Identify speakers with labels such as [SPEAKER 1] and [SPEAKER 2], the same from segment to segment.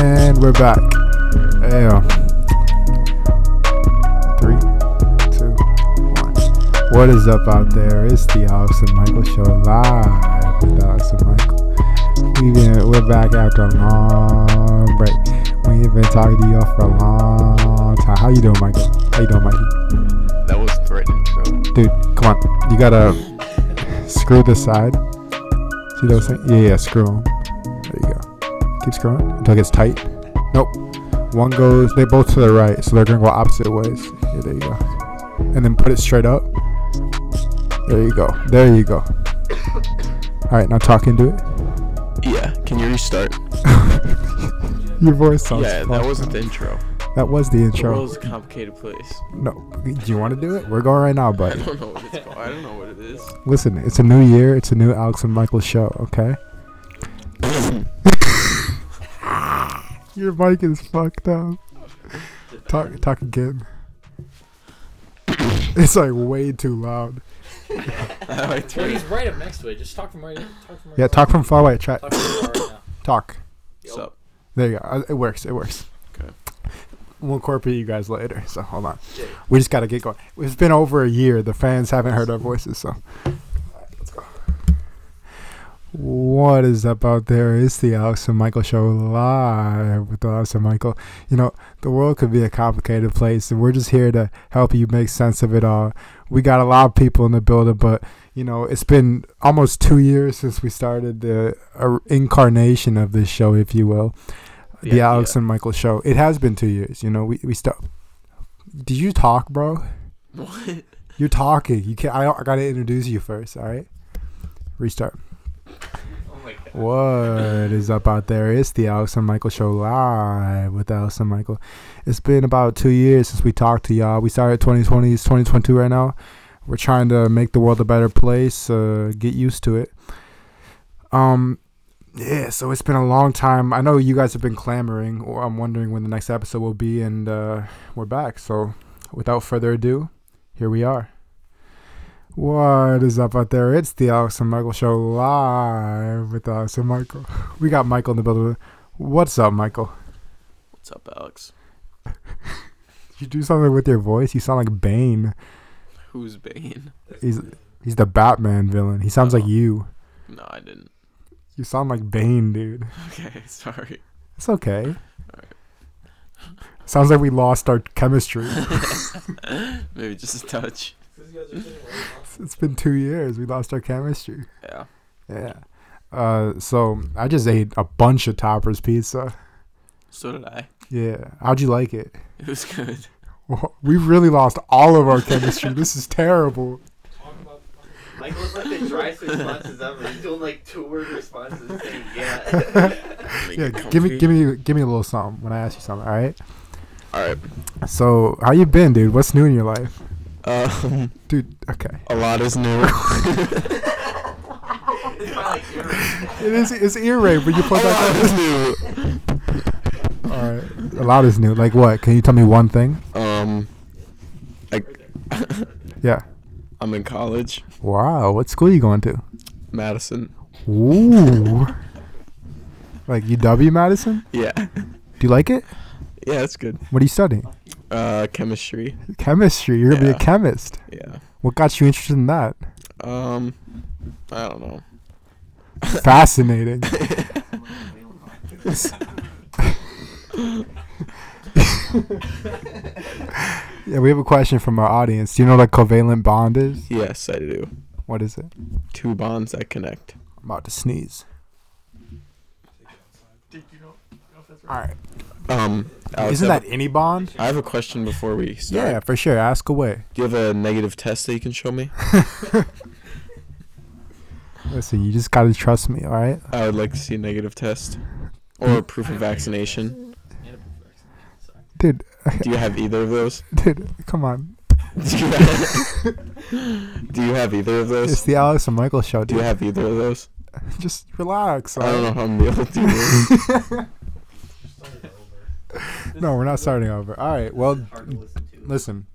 [SPEAKER 1] back. Yeah. Three, two, one. What is up out there? It's the Alex and Michael Show live with Alex and Michael. We've been, we're back after a long break. We've been talking to y'all for a long time. How you doing, Michael? How you doing, Mikey?
[SPEAKER 2] That was threatening, intro.
[SPEAKER 1] Dude, come on. You gotta screw this side. See those things? Yeah, yeah, screw 'em. There you go. Keep screwing until it gets tight. Nope. One goes, they both to the right, so they're gonna go opposite ways. Yeah, there you go. And then put it straight up. There you go. There you go. All right, now talk into it.
[SPEAKER 2] Yeah, can you restart?
[SPEAKER 1] Your voice sounds.
[SPEAKER 2] yeah, that
[SPEAKER 1] fucked
[SPEAKER 2] wasn't
[SPEAKER 1] up.
[SPEAKER 2] the intro.
[SPEAKER 1] That was the
[SPEAKER 3] The
[SPEAKER 1] intro.
[SPEAKER 3] world's a complicated place.
[SPEAKER 1] No, do you want to do it? We're going right now,
[SPEAKER 3] I
[SPEAKER 1] buddy.
[SPEAKER 3] don't know what it's called. I don't know what it is.
[SPEAKER 1] Listen, it's a new year. It's a new Alex and Michael show. Okay. Your mic is fucked up. Talk, talk again. It's like way too loud.
[SPEAKER 2] How I
[SPEAKER 4] Well,
[SPEAKER 2] turn
[SPEAKER 4] he's
[SPEAKER 2] it.
[SPEAKER 4] right up next to it. Just talk from right. Talk from right.
[SPEAKER 1] Yeah, talk from far away. Try
[SPEAKER 4] Talk from right now.
[SPEAKER 1] talk.
[SPEAKER 2] What's up?
[SPEAKER 1] There you go. Uh, It works. It works.
[SPEAKER 2] Okay.
[SPEAKER 1] We'll incorporate you guys later. So hold on.
[SPEAKER 4] Yeah.
[SPEAKER 1] We just gotta get going. It's been over a year. The fans haven't heard our voices. So. What is up out there? It's the Alex and Michael show live with Alex and Michael. You know, the world could be a complicated place, and we're just here to help you make sense of it all. We got a lot of people in the building, but you know, it's been almost two years since we started the uh, incarnation of this show, if you will, the,
[SPEAKER 2] Yeah,
[SPEAKER 1] Alex and Michael show. It has been two years. You know, we we start. Did you talk, bro?
[SPEAKER 3] What?
[SPEAKER 1] You're talking. You can't. I, don't- I gotta introduce you first. All right. Restart.
[SPEAKER 4] Oh my god.
[SPEAKER 1] What is up out there? It's the Alex and Michael Show live with Alex and Michael. It's been about two years since we talked to y'all. We started 2020. It's 2022 right now. We're trying to make the world a better place. Uh, get used to it. Um, yeah. So it's been a long time. I know you guys have been clamoring, or I'm wondering when the next episode will be, and uh, we're back. So without further ado, here we are. What is up out there? It's the Alex and Michael Show live with Alex and Michael. We got Michael in the building. What's up, Michael?
[SPEAKER 3] What's up, Alex?
[SPEAKER 1] You do something with your voice. You sound like Bane.
[SPEAKER 3] Who's Bane?
[SPEAKER 1] He's he's the Batman villain. He sounds like
[SPEAKER 3] Oh.
[SPEAKER 1] you.
[SPEAKER 3] No, I didn't.
[SPEAKER 1] You sound like Bane, dude.
[SPEAKER 3] Okay, sorry.
[SPEAKER 1] It's okay. Sounds like we lost our chemistry.
[SPEAKER 3] Maybe just a touch.
[SPEAKER 1] it's been two years. We lost our chemistry.
[SPEAKER 3] Yeah.
[SPEAKER 1] Yeah. Uh, so I just ate a bunch of Toppers pizza.
[SPEAKER 3] So did I.
[SPEAKER 1] Yeah. How'd you like it?
[SPEAKER 3] It was good.
[SPEAKER 1] We really lost all of our chemistry. this is terrible.
[SPEAKER 4] Michael was like the driest responses ever. He's doing like two word responses. Saying, yeah.
[SPEAKER 3] Make
[SPEAKER 1] Yeah,
[SPEAKER 3] it
[SPEAKER 1] give me,
[SPEAKER 3] comfy.
[SPEAKER 1] give me, give me a little something when I ask you something. All right.
[SPEAKER 2] All right.
[SPEAKER 1] So, how you been, dude? What's new in your life,
[SPEAKER 2] Um,
[SPEAKER 1] dude? Okay.
[SPEAKER 2] a lot is new.
[SPEAKER 1] It is. It's ear rape, but you
[SPEAKER 2] a
[SPEAKER 1] play like
[SPEAKER 2] lot
[SPEAKER 1] that.
[SPEAKER 2] is new.
[SPEAKER 1] All right. A lot is new. Like what? Can you tell me one thing?
[SPEAKER 2] Um, I,
[SPEAKER 1] Yeah.
[SPEAKER 2] I'm in college,
[SPEAKER 1] Wow. What school you going to?
[SPEAKER 2] Madison.
[SPEAKER 1] Ooh. Like UW Madison?
[SPEAKER 2] Yeah.
[SPEAKER 1] Do you like it?
[SPEAKER 2] Yeah, that's good.
[SPEAKER 1] What are you studying?
[SPEAKER 2] Uh, chemistry.
[SPEAKER 1] Chemistry. You're gonna be
[SPEAKER 2] Yeah.
[SPEAKER 1] a chemist.
[SPEAKER 2] Yeah.
[SPEAKER 1] What got you interested in that?
[SPEAKER 2] Um, I don't know.
[SPEAKER 1] Fascinating. yeah, we have a question from our audience. Do you know what a covalent bond is?
[SPEAKER 2] Yes, I do.
[SPEAKER 1] What is it?
[SPEAKER 2] Two bonds that connect.
[SPEAKER 1] I'm about to sneeze. All right.
[SPEAKER 2] Um, Alex,
[SPEAKER 1] Isn't
[SPEAKER 2] I
[SPEAKER 1] that
[SPEAKER 2] have-
[SPEAKER 1] any bond?
[SPEAKER 2] I have a question before we start.
[SPEAKER 1] Yeah, for sure. Ask away.
[SPEAKER 2] Do you have a negative test that you can show me?
[SPEAKER 1] Listen, you just gotta trust me. All right.
[SPEAKER 2] I would like to see a negative test or a proof of vaccination.
[SPEAKER 1] Dude,
[SPEAKER 2] Do you have either of those?
[SPEAKER 1] dude, come on.
[SPEAKER 2] Do you have, do you have either of
[SPEAKER 1] It's
[SPEAKER 2] those?
[SPEAKER 1] the Alex and Michael show,
[SPEAKER 2] Do you
[SPEAKER 1] dude.
[SPEAKER 2] have either of those?
[SPEAKER 1] Just relax.
[SPEAKER 2] I don't know
[SPEAKER 1] alright?
[SPEAKER 2] how I'm gonna be able to do this.
[SPEAKER 1] No, we're not starting over. All right. Well, listen.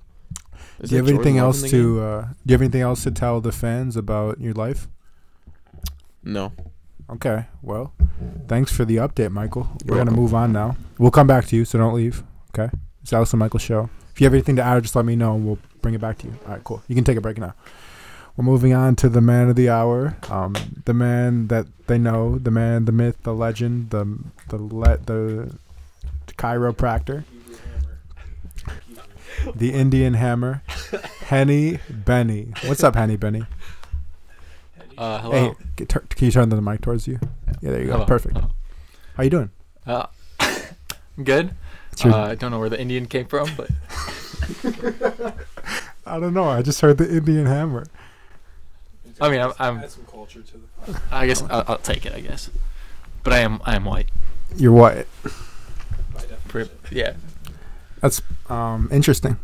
[SPEAKER 2] Is
[SPEAKER 1] do you
[SPEAKER 2] that
[SPEAKER 1] have
[SPEAKER 2] Jordan
[SPEAKER 1] anything
[SPEAKER 2] Love
[SPEAKER 1] else
[SPEAKER 2] in the game?
[SPEAKER 1] to? Uh, do you have anything else to tell the fans about your life?
[SPEAKER 2] No.
[SPEAKER 1] Okay. Well, thanks for the update, Michael. We're gonna
[SPEAKER 5] welcome.
[SPEAKER 1] move on now. We'll come back to you, so don't leave. Okay. It's Alice and Michael show. If you have anything to add, just let me know, and we'll bring it back to you. All right. Cool. You can take a break now. We're moving on to the man of the hour, um, the man that they know, the man, the myth, the legend, the the le- the chiropractor, the Indian hammer, Henny Benny. What's up, Henny Benny?
[SPEAKER 6] Uh, hello.
[SPEAKER 1] Hey, c- tur- can you turn the mic towards you? Yeah, there you go.
[SPEAKER 6] Hello.
[SPEAKER 1] Perfect.
[SPEAKER 6] Hello.
[SPEAKER 1] How you doing?
[SPEAKER 6] Uh, good.
[SPEAKER 1] It's your-
[SPEAKER 6] Uh, I don't know where the Indian came from, but
[SPEAKER 1] I don't know. I just heard the Indian hammer.
[SPEAKER 6] I mean, I'm- I'm-
[SPEAKER 7] Add some culture to the
[SPEAKER 6] I guess I'll, I'll take it. I guess. But I am I am white.
[SPEAKER 1] You're what?
[SPEAKER 7] by definition.
[SPEAKER 6] Pre- yeah.
[SPEAKER 1] That's um interesting.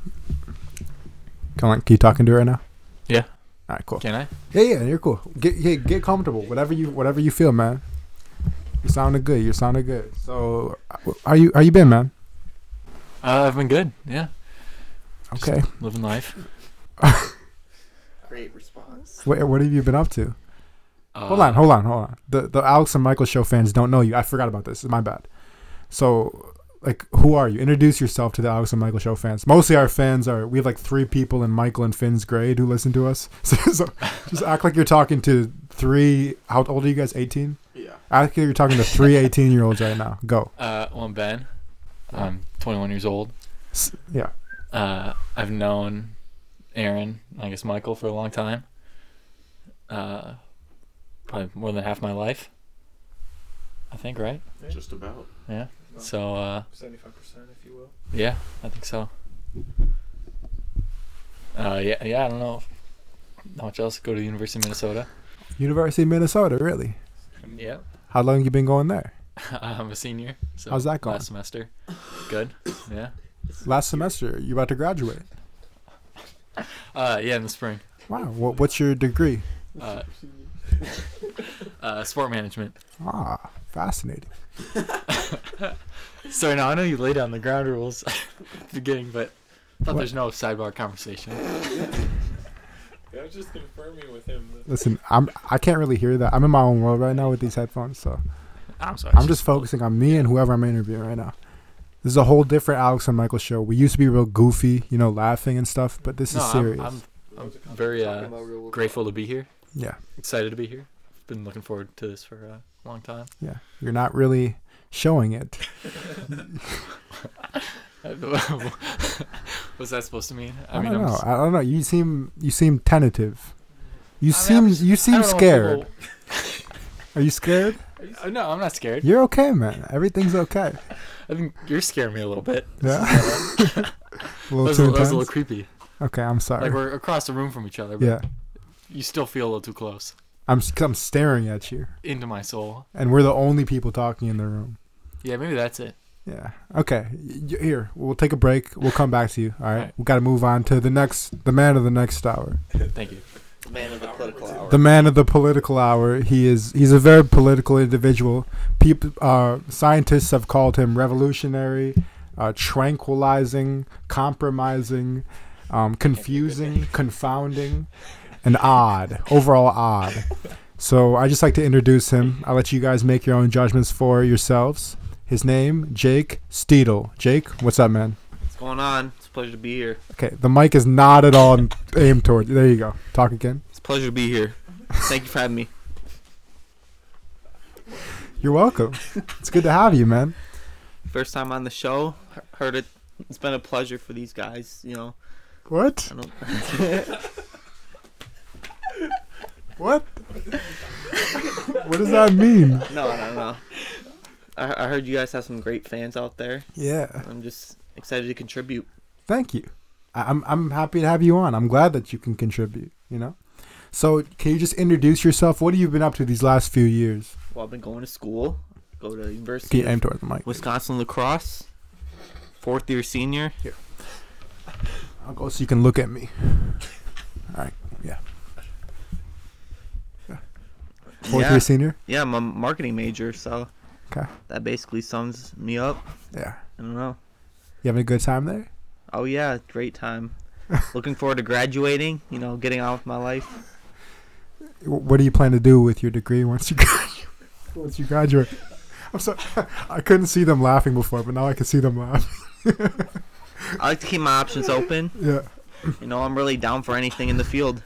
[SPEAKER 1] Can, I, can you talk into it right now?
[SPEAKER 6] Yeah.
[SPEAKER 1] All right, cool.
[SPEAKER 6] Can I?
[SPEAKER 1] Yeah, yeah, you're cool. Get yeah, get comfortable. Whatever you whatever you feel, man. You sounded good. You sounded good. So, uh, how you how you been, man?
[SPEAKER 6] Uh, I've been good. Yeah. Just
[SPEAKER 1] Okay.
[SPEAKER 6] Living life.
[SPEAKER 8] Great response.
[SPEAKER 1] What what have you been up to?
[SPEAKER 6] Uh,
[SPEAKER 1] hold on, hold on, hold on. The the Alex and Michael show fans don't know you. I forgot about this. My bad. So, like, who are you? Introduce yourself to the Alex and Michael show fans. Mostly our fans are we have like three people in Michael and Finn's grade who listen to us. So, so just act like you're talking to three. How old are you guys? Eighteen.
[SPEAKER 3] Yeah.
[SPEAKER 1] Act like you're talking to three 18 year olds right now. Go.
[SPEAKER 6] Uh, well, I'm Ben. I'm 21 years old.
[SPEAKER 1] S- Yeah.
[SPEAKER 6] Uh, I've known Aaron, I guess Michael, for a long time. Uh, probably more than half my life. I think, right?
[SPEAKER 3] Just about.
[SPEAKER 6] So, uh,
[SPEAKER 7] Seventy-five percent, if you will.
[SPEAKER 6] yeah, I think so. Uh, yeah, yeah, I don't know. How much else? Go to the University of Minnesota.
[SPEAKER 1] University of Minnesota. Really.
[SPEAKER 6] Yeah.
[SPEAKER 1] How long you been going there?
[SPEAKER 6] I'm a senior. So
[SPEAKER 1] How's that going?
[SPEAKER 6] Last semester. Good. Yeah.
[SPEAKER 1] Last semester. You about to graduate.
[SPEAKER 6] Uh, yeah, in the spring.
[SPEAKER 1] Wow. What, what's your degree?
[SPEAKER 6] Uh, uh, sport management.
[SPEAKER 1] Ah, fascinating.
[SPEAKER 6] Sorry, now I know you laid down the ground rules at the beginning, but I thought
[SPEAKER 1] What?
[SPEAKER 6] there's no sidebar conversation.
[SPEAKER 7] Yeah, I was just confirming with him. That
[SPEAKER 1] Listen, I'm I can't really hear that. I'm in my own world right now with these headphones, so
[SPEAKER 6] I'm sorry.
[SPEAKER 1] I'm just focusing on me and whoever I'm interviewing right now. This is a whole different Alex and Michael show. We used to be real goofy, you know, laughing and stuff, but this
[SPEAKER 6] no,
[SPEAKER 1] is
[SPEAKER 6] I'm-
[SPEAKER 1] serious.
[SPEAKER 6] I'm, I'm, very uh, grateful to be here.
[SPEAKER 1] yeah,
[SPEAKER 6] Excited to be here. Been looking forward to this for a long time.
[SPEAKER 1] yeah. You're not really showing it.
[SPEAKER 6] What's that supposed to mean?
[SPEAKER 1] I,
[SPEAKER 6] mean,
[SPEAKER 1] don't know.
[SPEAKER 6] just-
[SPEAKER 1] I don't know. You seem you seem tentative. You
[SPEAKER 6] I mean,
[SPEAKER 1] seem
[SPEAKER 6] I'm just-
[SPEAKER 1] you
[SPEAKER 6] I
[SPEAKER 1] seem
[SPEAKER 6] don't know
[SPEAKER 1] scared.
[SPEAKER 6] if
[SPEAKER 1] Are you scared?
[SPEAKER 6] people- Uh, no, I'm not scared.
[SPEAKER 1] You're okay, man. Everything's okay.
[SPEAKER 6] I think you're scaring me a little bit.
[SPEAKER 1] Yeah. a
[SPEAKER 6] That
[SPEAKER 1] little
[SPEAKER 6] was, a-
[SPEAKER 1] too
[SPEAKER 6] that was a
[SPEAKER 1] intense.
[SPEAKER 6] little creepy.
[SPEAKER 1] Okay, I'm sorry.
[SPEAKER 6] Like we're across the room from each other, but
[SPEAKER 1] yeah,
[SPEAKER 6] you still feel a little too close
[SPEAKER 1] I'm s- I'm staring at you,
[SPEAKER 6] into my soul.
[SPEAKER 1] and we're the only people talking in the room.
[SPEAKER 6] Yeah, maybe that's it.
[SPEAKER 1] Yeah. Okay. Y- y- Here, we'll take a break. We'll come back to you. All right.
[SPEAKER 6] Alright.
[SPEAKER 1] We got to move on to the next, the man of the next hour,
[SPEAKER 6] Thank you.
[SPEAKER 8] Man of the political hour.
[SPEAKER 1] the man of the political hour. He is. He's a very political individual. People, uh, scientists have called him revolutionary, uh, tranquilizing, compromising, um, confusing, confounding, and odd. Overall odd. So I just like to introduce him. I'll let you guys make your own judgments for yourselves. His name, Jake Steedle. Jake, what's up, man?
[SPEAKER 8] What's going on? It's a pleasure to be here.
[SPEAKER 1] Okay, the mic is not at all aimed toward. There you go. Talk again.
[SPEAKER 8] It's a pleasure to be here. Thank you for having me.
[SPEAKER 1] You're welcome. It's good to have you, man.
[SPEAKER 8] First time on the show. He- Heard it. It's been a pleasure for these guys. You know.
[SPEAKER 1] What?
[SPEAKER 8] I don't.
[SPEAKER 1] What? what does that mean?
[SPEAKER 8] no, no, no. I, I heard you guys have some great fans out there.
[SPEAKER 1] Yeah.
[SPEAKER 8] I'm just excited to contribute.
[SPEAKER 1] Thank you. I- I'm I'm happy to have you on. I'm glad that you can contribute. You know. So can you just introduce yourself? What have you been up to these last few years?
[SPEAKER 8] Well, I've been going to school. Go to
[SPEAKER 1] Can
[SPEAKER 8] university.
[SPEAKER 1] you aim toward the mic?
[SPEAKER 8] Wisconsin lacrosse. Fourth year senior.
[SPEAKER 1] I'll go so you can look at me. All right. Yeah. Fourth
[SPEAKER 8] Yeah.
[SPEAKER 1] year senior.
[SPEAKER 8] Yeah, I'm a marketing major, so.
[SPEAKER 1] 'Kay.
[SPEAKER 8] That basically sums me up.
[SPEAKER 1] Yeah.
[SPEAKER 8] I don't know.
[SPEAKER 1] You having a good time there?
[SPEAKER 8] Oh yeah, great time. Looking forward to graduating. You know, getting on with my life.
[SPEAKER 1] Wh- What do you plan to do with your degree once you? once you graduate. I'm so I couldn't see them laughing before, but now I can see them laugh.
[SPEAKER 8] I like to keep my options open.
[SPEAKER 1] Yeah.
[SPEAKER 8] You know, I'm really down for anything in the field.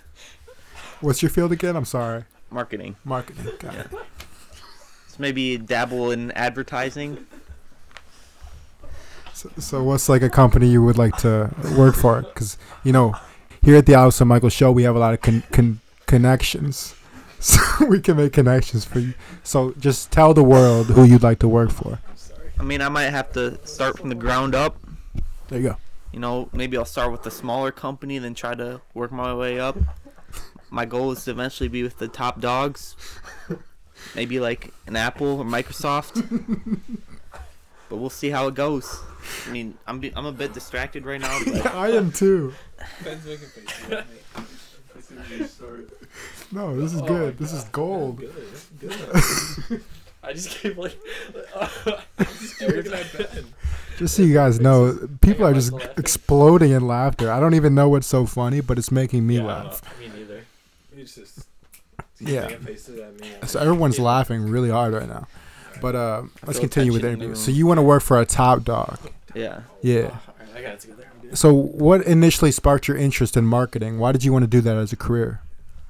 [SPEAKER 1] What's your field again? I'm sorry.
[SPEAKER 8] Marketing.
[SPEAKER 1] Marketing. Got it.
[SPEAKER 8] So maybe dabble in advertising.
[SPEAKER 1] So, so what's like a company you would like to work for? Because you know, here at the Alex and Michael Show, we have a lot of con- con- connections, so we can make connections for you. So just tell the world who you'd like to work for.
[SPEAKER 8] I mean, I might have to start from the ground up.
[SPEAKER 1] There you go.
[SPEAKER 8] You know, maybe I'll start with a smaller company, then try to work my way up. My goal is to eventually be with the top dogs. Maybe like an Apple or Microsoft. But we'll see how it goes. I mean, I'm be- I'm a bit distracted right now. But
[SPEAKER 1] I am too.
[SPEAKER 9] Ben's making faces at me.
[SPEAKER 4] This is your story.
[SPEAKER 1] No, this is
[SPEAKER 9] Oh my
[SPEAKER 1] good. This is
[SPEAKER 9] God.
[SPEAKER 1] gold.
[SPEAKER 9] Good. This is good.
[SPEAKER 10] I just keep like.
[SPEAKER 9] Every time Ben.
[SPEAKER 1] Just so you guys know, people
[SPEAKER 10] I
[SPEAKER 1] are
[SPEAKER 10] got
[SPEAKER 1] just
[SPEAKER 10] Michael laughing.
[SPEAKER 1] exploding in laughter. I don't even know what's so funny, but it's making me
[SPEAKER 10] Yeah, I don't
[SPEAKER 1] laugh.
[SPEAKER 10] know. Me neither.
[SPEAKER 9] He's just. he's
[SPEAKER 1] Yeah.
[SPEAKER 9] Making faces at me.
[SPEAKER 1] So everyone's laughing really hard right now. But uh, let's
[SPEAKER 8] feel
[SPEAKER 1] continue with the
[SPEAKER 8] tension in the
[SPEAKER 1] interview. So
[SPEAKER 8] room. Oh,
[SPEAKER 1] you want to work for a top dog?
[SPEAKER 8] yeah.
[SPEAKER 1] Yeah.
[SPEAKER 10] Alright, I got it together.
[SPEAKER 1] So what initially sparked your interest in marketing? Why did you want to do that as a career?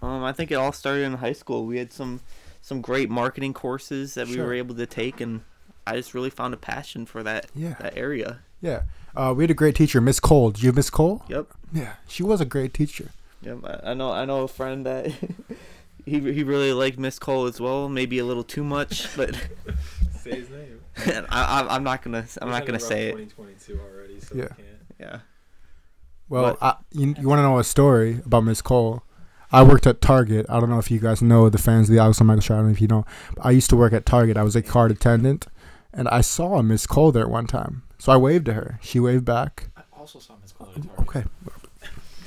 [SPEAKER 8] Um, I think it all started in high school. We had some some great marketing courses that we
[SPEAKER 1] Sure.
[SPEAKER 8] were able to take, and I just really found a passion for that
[SPEAKER 1] Yeah.
[SPEAKER 8] that area.
[SPEAKER 1] Yeah. Uh, we had a great teacher, Miss Cole. Did you have Miss Cole?
[SPEAKER 8] Yep.
[SPEAKER 1] Yeah. She was a great teacher.
[SPEAKER 8] Yep. I, I know. I know a friend that he he really liked Miss Cole as well. Maybe a little too much, but
[SPEAKER 9] Say his name.
[SPEAKER 8] I, I, I'm not gonna I'm
[SPEAKER 9] We had
[SPEAKER 8] not
[SPEAKER 9] a
[SPEAKER 8] gonna
[SPEAKER 9] rough
[SPEAKER 8] say it.
[SPEAKER 9] 2022 already, so
[SPEAKER 1] Yeah.
[SPEAKER 9] yeah. we can't.
[SPEAKER 8] Yeah.
[SPEAKER 1] Well, I, you, you want to know a story about Miss Cole? I worked at Target. I don't know if you guys know the fans of the Alex and Michael Show. I don't know if you know. But I used to work at Target. I was a card attendant, and I saw a Miss Cole there one time. So I waved to her. She waved back.
[SPEAKER 10] I also saw Miss Cole at a Target.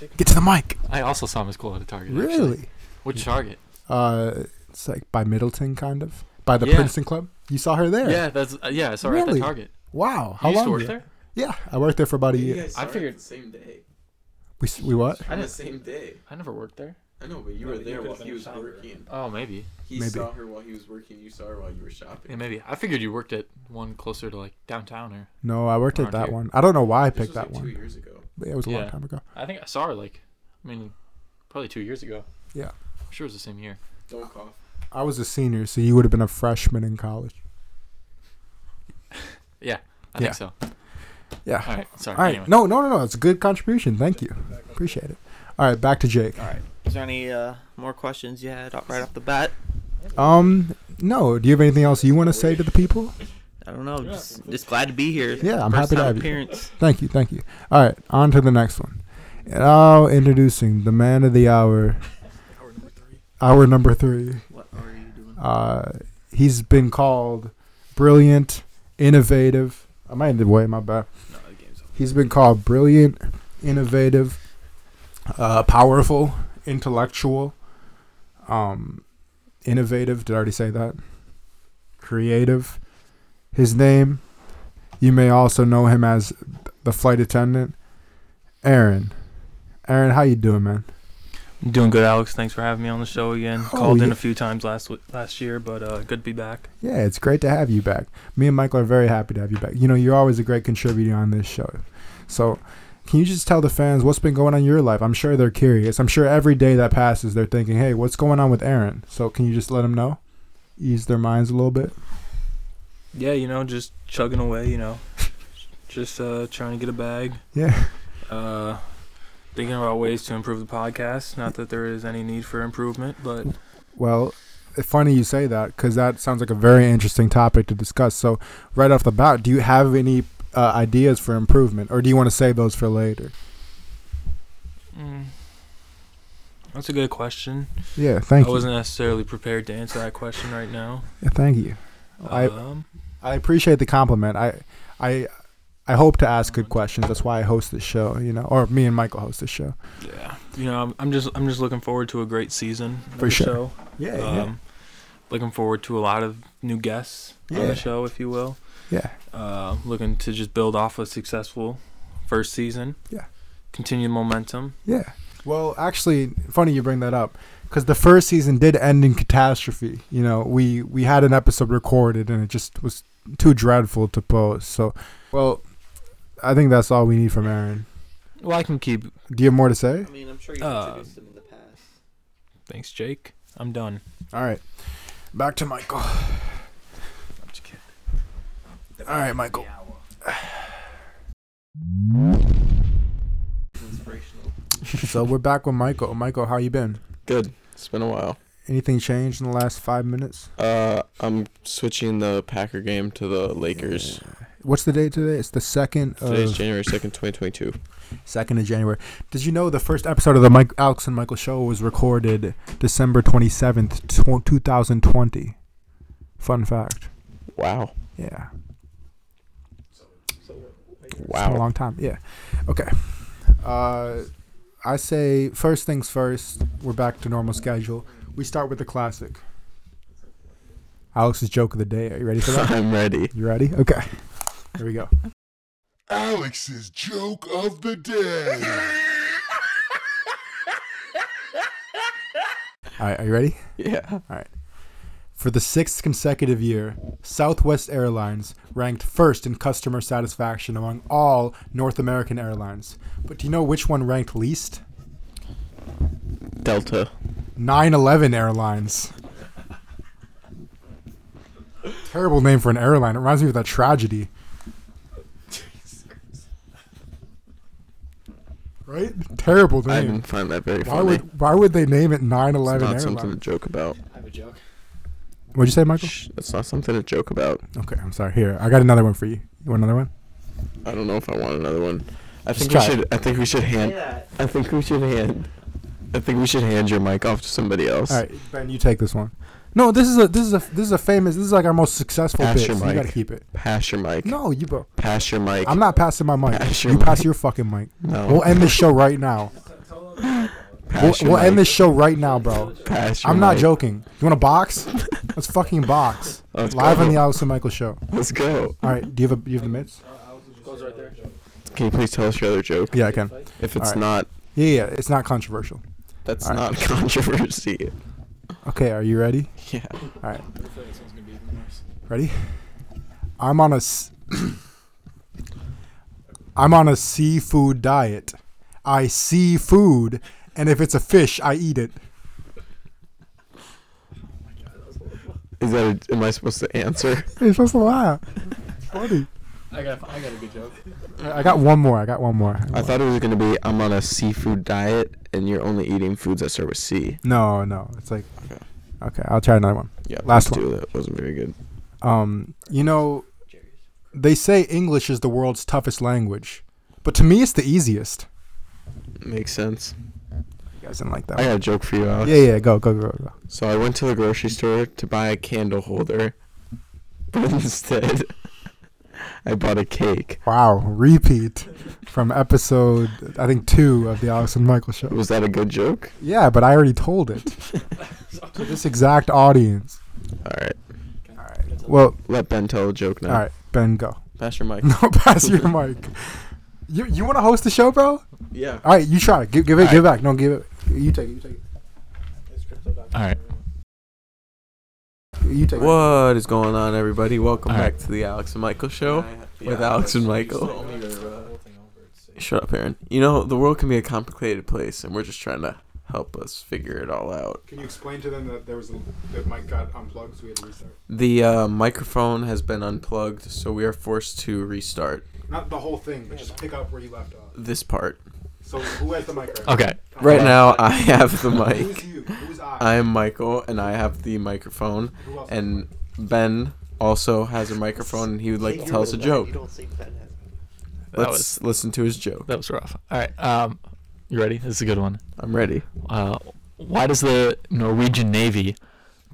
[SPEAKER 1] Okay. Get to the mic.
[SPEAKER 10] I also saw Miss Cole at a Target. actually.
[SPEAKER 1] Really?
[SPEAKER 10] Which Target?
[SPEAKER 1] Uh, it's like by Middleton, kind of by the
[SPEAKER 10] Yeah.
[SPEAKER 1] Princeton Club. You saw her there.
[SPEAKER 10] Yeah, that's uh, yeah. I saw her at
[SPEAKER 1] Really?
[SPEAKER 10] that Target.
[SPEAKER 1] Wow. How
[SPEAKER 10] you used
[SPEAKER 1] long?
[SPEAKER 10] to work
[SPEAKER 1] ago?
[SPEAKER 10] there?
[SPEAKER 1] Yeah, I worked there for about a
[SPEAKER 9] You
[SPEAKER 1] year.
[SPEAKER 9] guys started
[SPEAKER 10] figured-
[SPEAKER 9] the same day.
[SPEAKER 1] We s- we what?
[SPEAKER 9] On
[SPEAKER 10] I
[SPEAKER 9] the
[SPEAKER 10] didn't-
[SPEAKER 9] same day.
[SPEAKER 10] I never worked there.
[SPEAKER 9] I know, but
[SPEAKER 4] You
[SPEAKER 9] you
[SPEAKER 4] were
[SPEAKER 9] were
[SPEAKER 4] there while
[SPEAKER 9] because
[SPEAKER 4] he was
[SPEAKER 9] shopping.
[SPEAKER 4] working.
[SPEAKER 10] Oh, maybe.
[SPEAKER 4] He
[SPEAKER 1] Maybe.
[SPEAKER 4] saw her while he was working. You saw her while you were shopping.
[SPEAKER 10] Yeah, maybe. I figured you worked at one closer to like downtown or.
[SPEAKER 1] No, I worked at
[SPEAKER 10] Around
[SPEAKER 1] that
[SPEAKER 10] here.
[SPEAKER 1] one. I don't know why I
[SPEAKER 4] This
[SPEAKER 1] picked
[SPEAKER 4] was
[SPEAKER 1] that
[SPEAKER 4] like two
[SPEAKER 1] one.
[SPEAKER 4] years ago.
[SPEAKER 1] But yeah, it was a long
[SPEAKER 10] Yeah.
[SPEAKER 1] time ago.
[SPEAKER 10] I think I saw her like, I mean, probably two years ago.
[SPEAKER 1] Yeah.
[SPEAKER 10] I'm sure it was the same year.
[SPEAKER 4] Don't cough.
[SPEAKER 1] I was a senior, so you would have been a freshman in college.
[SPEAKER 10] I
[SPEAKER 1] Yeah.
[SPEAKER 10] think so.
[SPEAKER 1] Yeah.
[SPEAKER 10] All right. Sorry.
[SPEAKER 1] All right.
[SPEAKER 10] Anyway.
[SPEAKER 1] No, no, no, no. It's a good contribution. Thank you. Appreciate it. All right, back to Jake.
[SPEAKER 8] All right. Is there any uh, more questions you had right off the bat?
[SPEAKER 1] Um, no. Do you have anything else you want to say to the people?
[SPEAKER 8] I don't know. Just, just glad to be here.
[SPEAKER 1] Yeah, I'm
[SPEAKER 8] First
[SPEAKER 1] happy to
[SPEAKER 8] time
[SPEAKER 1] have you.
[SPEAKER 8] appearance.
[SPEAKER 1] Thank you, thank you. All right, on to the next one. And now introducing the man of the hour, hour number three.
[SPEAKER 8] What are you doing?
[SPEAKER 1] Uh, he's been called brilliant, innovative. I might in the way, my bad.
[SPEAKER 9] No, the game's over.
[SPEAKER 1] He's been called brilliant, innovative, uh, powerful, intellectual, um, innovative. Did I already say that? Creative. His name, you may also know him as the flight attendant, Aaron. Aaron, how you doing, man?
[SPEAKER 6] Doing good, Alex. Thanks for having me on the show again.
[SPEAKER 1] Oh,
[SPEAKER 6] Called in
[SPEAKER 1] yeah.
[SPEAKER 6] a few times last w- last year, but uh, good to be back.
[SPEAKER 1] Yeah, it's great to have you back. Me and Michael are very happy to have you back. You know, you're always a great contributor on this show. So, can you just tell the fans what's been going on in your life? I'm sure they're curious. I'm sure every day that passes, they're thinking, hey, what's going on with Aaron? So, can you just let them know? Ease their minds a little bit?
[SPEAKER 6] Yeah, you know, just chugging away. You know, just uh, trying to get a bag.
[SPEAKER 1] Yeah.
[SPEAKER 6] Uh, thinking about ways to improve the podcast. Not that there is any need for improvement, but
[SPEAKER 1] Well, it's funny you say that because that sounds like a very interesting topic to discuss. So, right off the bat, do you have any uh, ideas for improvement or do you want to save those for later?
[SPEAKER 6] mm, that's a good question.
[SPEAKER 1] Yeah, thank
[SPEAKER 6] I
[SPEAKER 1] you.
[SPEAKER 6] wasn't necessarily prepared to answer that question right now.
[SPEAKER 1] Yeah, thank you. I,
[SPEAKER 6] um,
[SPEAKER 1] I appreciate the compliment. I, I, I hope to ask good questions. That's why I host this show, you know, or me and Michael host this show.
[SPEAKER 6] yeah, you know, I'm, I'm just I'm just looking forward to a great season of
[SPEAKER 1] For
[SPEAKER 6] the
[SPEAKER 1] sure.
[SPEAKER 6] show.
[SPEAKER 1] Yeah,
[SPEAKER 6] Um, looking forward to a lot of new guests on
[SPEAKER 1] Yeah.
[SPEAKER 6] the show, if you will.
[SPEAKER 1] yeah,
[SPEAKER 6] Uh, looking to just build off a successful first season.
[SPEAKER 1] Yeah.
[SPEAKER 6] Continue the momentum.
[SPEAKER 1] yeah. Well, actually, funny you bring that up, 'cause because the first season did end in catastrophe. You know, we we had an episode recorded and it just was too dreadful to post. So, well, I think that's all we need from Aaron.
[SPEAKER 11] Well, I can keep.
[SPEAKER 1] Do you have more to say?
[SPEAKER 8] I mean, I'm sure you've
[SPEAKER 11] Uh,
[SPEAKER 8] introduced him in the past.
[SPEAKER 11] Thanks, Jake. I'm done.
[SPEAKER 1] All right, back to Michael. All right, Michael.
[SPEAKER 8] Inspirational.
[SPEAKER 1] so we're back with Michael. Michael, how you been?
[SPEAKER 3] Good. It's been a while.
[SPEAKER 1] Anything changed in the last five minutes?
[SPEAKER 3] Uh, I'm switching the Packer game to the Lakers.
[SPEAKER 1] What's the date today? It's the second
[SPEAKER 3] Today's
[SPEAKER 1] of
[SPEAKER 3] January second, twenty twenty-two.
[SPEAKER 1] second of January. Did you know the first episode of the Mike Alex and Michael show was recorded December twenty seventh, two thousand twenty? Fun fact.
[SPEAKER 3] Wow.
[SPEAKER 1] Yeah, it's been a
[SPEAKER 3] Wow.
[SPEAKER 1] long time. Yeah. Okay. Uh, I say first things first. We're back to normal schedule. We start with the classic. Alex's joke of the day. Are you ready for that?
[SPEAKER 3] I'm ready.
[SPEAKER 1] you ready? Okay. Here we go.
[SPEAKER 12] Alex's joke of the day.
[SPEAKER 1] All right. Are you ready?
[SPEAKER 3] Yeah.
[SPEAKER 1] For the sixth consecutive year, Southwest Airlines ranked first in customer satisfaction among all North American airlines. But do you know which one ranked least?
[SPEAKER 3] Delta.
[SPEAKER 1] 911 Airlines. Terrible name for an airline. It reminds me of that tragedy. Right? Terrible
[SPEAKER 3] I
[SPEAKER 1] name.
[SPEAKER 3] didn't find that very
[SPEAKER 1] Why
[SPEAKER 3] funny.
[SPEAKER 1] would why would they name it 911
[SPEAKER 3] it's not
[SPEAKER 1] Airlines?
[SPEAKER 3] something to joke about.
[SPEAKER 13] I have a joke.
[SPEAKER 1] What'd you say, Michael?
[SPEAKER 3] Shh, that's not something to joke about.
[SPEAKER 1] Okay, I'm sorry. Here, I got another one for you. You want another one?
[SPEAKER 3] I don't know if I want another one. I think
[SPEAKER 1] Just
[SPEAKER 3] we
[SPEAKER 1] try it.
[SPEAKER 3] should. I think we should
[SPEAKER 8] Say
[SPEAKER 3] hand.
[SPEAKER 8] that.
[SPEAKER 3] I think we should hand. I think we should hand your mic off to somebody else.
[SPEAKER 1] All right, Ben, you take this one. No, this is a this is a this is a famous. This is like our most successful
[SPEAKER 3] Pass
[SPEAKER 1] pitch.
[SPEAKER 3] your
[SPEAKER 1] You
[SPEAKER 3] mic.
[SPEAKER 1] gotta keep it.
[SPEAKER 3] Pass your mic.
[SPEAKER 1] No, you bro.
[SPEAKER 3] Pass your mic.
[SPEAKER 1] I'm not passing my mic.
[SPEAKER 3] Pass your
[SPEAKER 1] you pass
[SPEAKER 3] mic.
[SPEAKER 1] your fucking mic.
[SPEAKER 3] No.
[SPEAKER 1] We'll end this show right now. We'll,
[SPEAKER 3] Pass your
[SPEAKER 1] we'll end
[SPEAKER 3] mic.
[SPEAKER 1] this show right now, bro.
[SPEAKER 3] Pass your
[SPEAKER 1] I'm not
[SPEAKER 3] mic.
[SPEAKER 1] joking. You want to box? Let's fucking box.
[SPEAKER 3] Let's
[SPEAKER 1] Live
[SPEAKER 3] go.
[SPEAKER 1] on the Alex and Michael show.
[SPEAKER 3] Let's go.
[SPEAKER 1] All right, do you have a, do you have the mitts?
[SPEAKER 3] Can you please tell us your other joke?
[SPEAKER 1] Yeah, I can.
[SPEAKER 3] If it's
[SPEAKER 1] Alright.
[SPEAKER 3] not,
[SPEAKER 1] Yeah, yeah, it's not controversial.
[SPEAKER 3] that's
[SPEAKER 1] Alright.
[SPEAKER 3] not controversy.
[SPEAKER 1] Okay, are you ready?
[SPEAKER 3] Yeah.
[SPEAKER 1] All right. Ready? I'm on a s- I'm on a seafood diet. I see food, and if it's a fish, I eat it.
[SPEAKER 3] Is that? A, am I supposed to answer?
[SPEAKER 1] You're supposed to laugh. It's funny.
[SPEAKER 6] I got, I got a good joke.
[SPEAKER 1] I I got one more. I got one more.
[SPEAKER 3] I thought it was gonna be I'm on a seafood diet and you're only eating foods that start with C.
[SPEAKER 1] No, no. It's like
[SPEAKER 3] Okay.
[SPEAKER 1] okay. I'll try another one.
[SPEAKER 3] Yeah.
[SPEAKER 1] Last
[SPEAKER 3] let's do That wasn't very good.
[SPEAKER 1] Um, you know, they say English is the world's toughest language, but to me, it's the easiest.
[SPEAKER 3] Makes sense.
[SPEAKER 1] You guys didn't like that.
[SPEAKER 3] I
[SPEAKER 1] One.
[SPEAKER 3] got a joke for you, Alex.
[SPEAKER 1] Oh. Yeah, yeah. Go, go, go, go.
[SPEAKER 3] So I went to the grocery store to buy a candle holder, but instead I bought a cake.
[SPEAKER 1] Wow, repeat from episode I think two of the Alex and Michael show.
[SPEAKER 3] Was that a good joke?
[SPEAKER 1] Yeah, but I already told it to this exact audience.
[SPEAKER 3] All right.
[SPEAKER 1] Well,
[SPEAKER 3] Let Ben tell a joke now.
[SPEAKER 1] all right, Ben, go.
[SPEAKER 3] Pass your mic.
[SPEAKER 1] No, pass your mic. You you want to host the show, bro?
[SPEAKER 3] Yeah.
[SPEAKER 1] All right, you try. it. Give, give it,
[SPEAKER 3] All
[SPEAKER 1] give it back. No, give it. You take it. You take it.
[SPEAKER 6] All right.
[SPEAKER 1] You take it.
[SPEAKER 13] What is going on, everybody? Welcome
[SPEAKER 6] All
[SPEAKER 13] back to the Alex and Michael show with Alex and Michael.
[SPEAKER 6] uh,
[SPEAKER 13] Shut up, Aaron. You know, the world can be a complicated place, and we're just trying to help us figure it all out.
[SPEAKER 1] Can you explain to them that there was a, that mic got unplugged, so we had to restart?
[SPEAKER 13] The uh, microphone has been unplugged, so we are forced to restart
[SPEAKER 1] Not the whole thing, but just pick up where you left off.
[SPEAKER 13] this part.
[SPEAKER 1] So who has the mic right
[SPEAKER 6] Okay.
[SPEAKER 13] Right now, I have the mic.
[SPEAKER 1] you? Who's
[SPEAKER 13] I'm Michael, and I have the microphone,
[SPEAKER 1] Who else?
[SPEAKER 13] and Ben also has a microphone, and he would like to
[SPEAKER 8] You're
[SPEAKER 13] tell us a
[SPEAKER 8] right.
[SPEAKER 13] joke.
[SPEAKER 8] You don't say that.
[SPEAKER 6] That was
[SPEAKER 13] Let's listen to his joke.
[SPEAKER 6] that was rough. All right. Um, you ready? This is a good one.
[SPEAKER 3] I'm ready.
[SPEAKER 6] Uh, why does the Norwegian Navy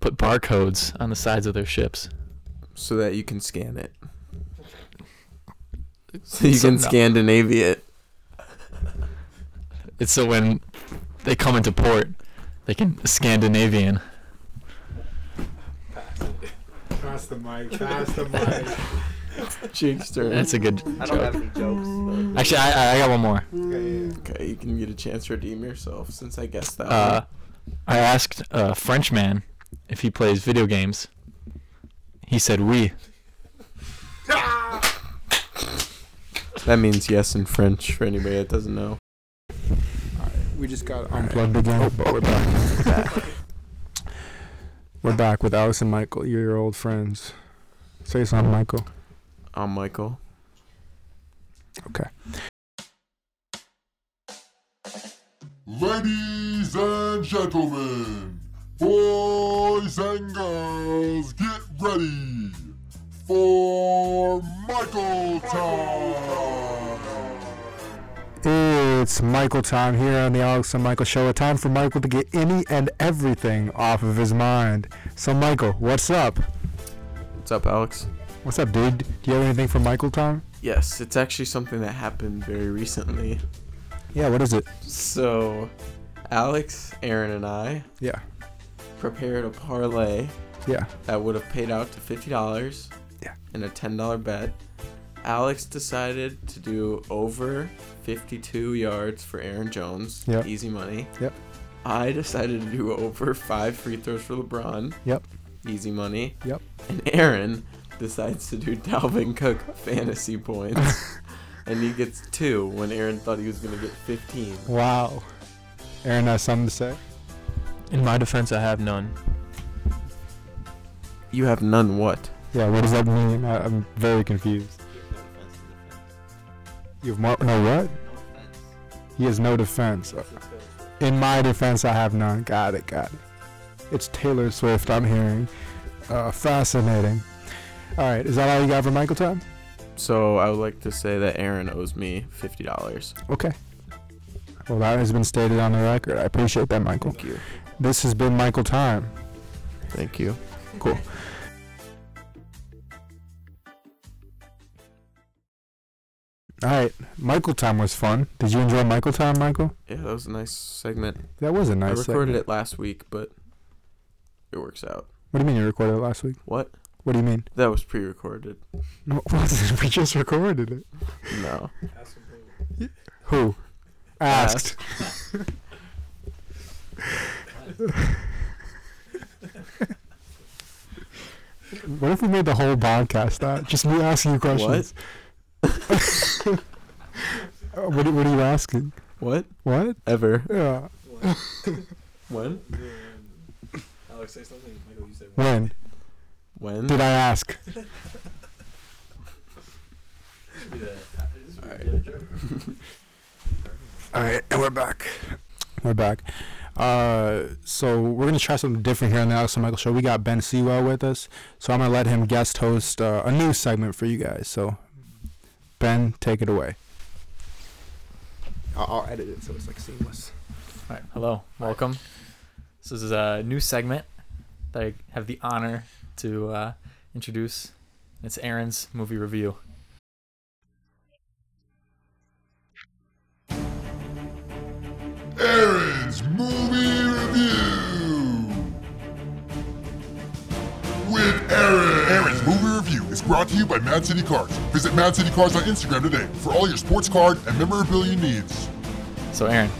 [SPEAKER 6] put barcodes on the sides of their ships?
[SPEAKER 13] so that you can scan it. So you
[SPEAKER 6] So-
[SPEAKER 13] can
[SPEAKER 6] no.
[SPEAKER 13] Scandinavia it.
[SPEAKER 6] It's so when they come into port, they can Scandinavian.
[SPEAKER 1] Pass the mic. Pass the mic.
[SPEAKER 3] Jigster.
[SPEAKER 6] That's a good
[SPEAKER 8] I don't
[SPEAKER 6] joke.
[SPEAKER 8] have any jokes. But
[SPEAKER 6] Actually, I, I- I got one more.
[SPEAKER 1] Yeah, yeah, yeah.
[SPEAKER 13] Okay, you can get a chance to redeem yourself since I guessed that.
[SPEAKER 6] Uh,
[SPEAKER 10] I asked a Frenchman if he plays video games. He said oui.
[SPEAKER 3] That means yes in French for anybody that doesn't know.
[SPEAKER 1] We just got unplugged again, but Oh, we're back. we're back with Alex and Michael, your old friends. Say something, Michael.
[SPEAKER 3] I'm Michael.
[SPEAKER 12] Ladies and gentlemen, boys and girls, get ready for Michael time.
[SPEAKER 1] It's Michael time here on the Alex and Michael show. A time for Michael to get any and everything off of his mind. So, Michael, what's up?
[SPEAKER 3] What's up, Alex?
[SPEAKER 1] What's up, dude? Do you have anything for Michael time?
[SPEAKER 3] Yes, it's actually something that happened very recently.
[SPEAKER 1] Yeah, what is it?
[SPEAKER 3] So, Alex, Aaron, and I
[SPEAKER 1] Yeah,
[SPEAKER 3] prepared a parlay
[SPEAKER 1] yeah.
[SPEAKER 3] that would have paid out to fifty dollars.
[SPEAKER 1] Yeah.
[SPEAKER 3] And a ten dollar bet. Alex decided to do over fifty two yards for Aaron Jones.
[SPEAKER 1] Yeah.
[SPEAKER 3] Easy money.
[SPEAKER 1] Yep.
[SPEAKER 3] I decided to do over five free throws for LeBron.
[SPEAKER 1] Yep.
[SPEAKER 3] Easy money.
[SPEAKER 1] Yep.
[SPEAKER 3] And Aaron decides to do Dalvin Cook fantasy points. and he gets two when Aaron thought he was gonna get fifteen.
[SPEAKER 1] Wow. Aaron has something to say.
[SPEAKER 6] In my defense, I have none.
[SPEAKER 3] You have none what?
[SPEAKER 1] Yeah, what does that mean? I, I'm very confused. You have more, no what? He has no defense. In my defense, I have none. Got it, got it. It's Taylor Swift, I'm hearing. Uh, fascinating. All right, is that all you got for Michael time?
[SPEAKER 3] So I would like to say that Aaron owes me fifty dollars.
[SPEAKER 1] Okay. Well, that has been stated on the record. I appreciate that, Michael.
[SPEAKER 3] Thank you.
[SPEAKER 1] This has been Michael time.
[SPEAKER 3] Thank you.
[SPEAKER 1] All right, Michael time was fun. Did you enjoy Michael time, Michael?
[SPEAKER 3] Yeah, that was a nice segment.
[SPEAKER 1] That was a nice.
[SPEAKER 3] I recorded it
[SPEAKER 1] segment.
[SPEAKER 3] last week, but it works out.
[SPEAKER 1] What do you mean you recorded it last week?
[SPEAKER 3] What?
[SPEAKER 1] What do you mean?
[SPEAKER 3] That was pre-recorded.
[SPEAKER 1] No, we just recorded it.
[SPEAKER 3] No.
[SPEAKER 1] Who? Asked. what if we made the whole podcast that? Just me asking you questions. Uh, What? what, are you asking?
[SPEAKER 3] What?
[SPEAKER 1] What?
[SPEAKER 3] Ever?
[SPEAKER 1] Yeah.
[SPEAKER 3] When?
[SPEAKER 9] Alex, say something. Michael, you say what?
[SPEAKER 1] When
[SPEAKER 3] When?
[SPEAKER 1] did I ask?
[SPEAKER 9] uh,
[SPEAKER 1] All right, and we're back. We're back. Uh, so we're gonna try something different here on the Alex and Michael show. We got Ben Sewell with us, so I'm gonna let him guest host uh, a new segment for you guys. So, Ben, take it away. I'll, I'll edit it so it's like seamless.
[SPEAKER 10] All right, hello, welcome. So this is a new segment that I have the honor to uh, introduce. It's Aaron's movie review.
[SPEAKER 12] Aaron's Movie Review with Aaron. Aaron's Movie Review is brought to you by Mad City Cards. Visit Mad City Cards on Instagram today for all your sports card and memorabilia needs.
[SPEAKER 10] So Aaron,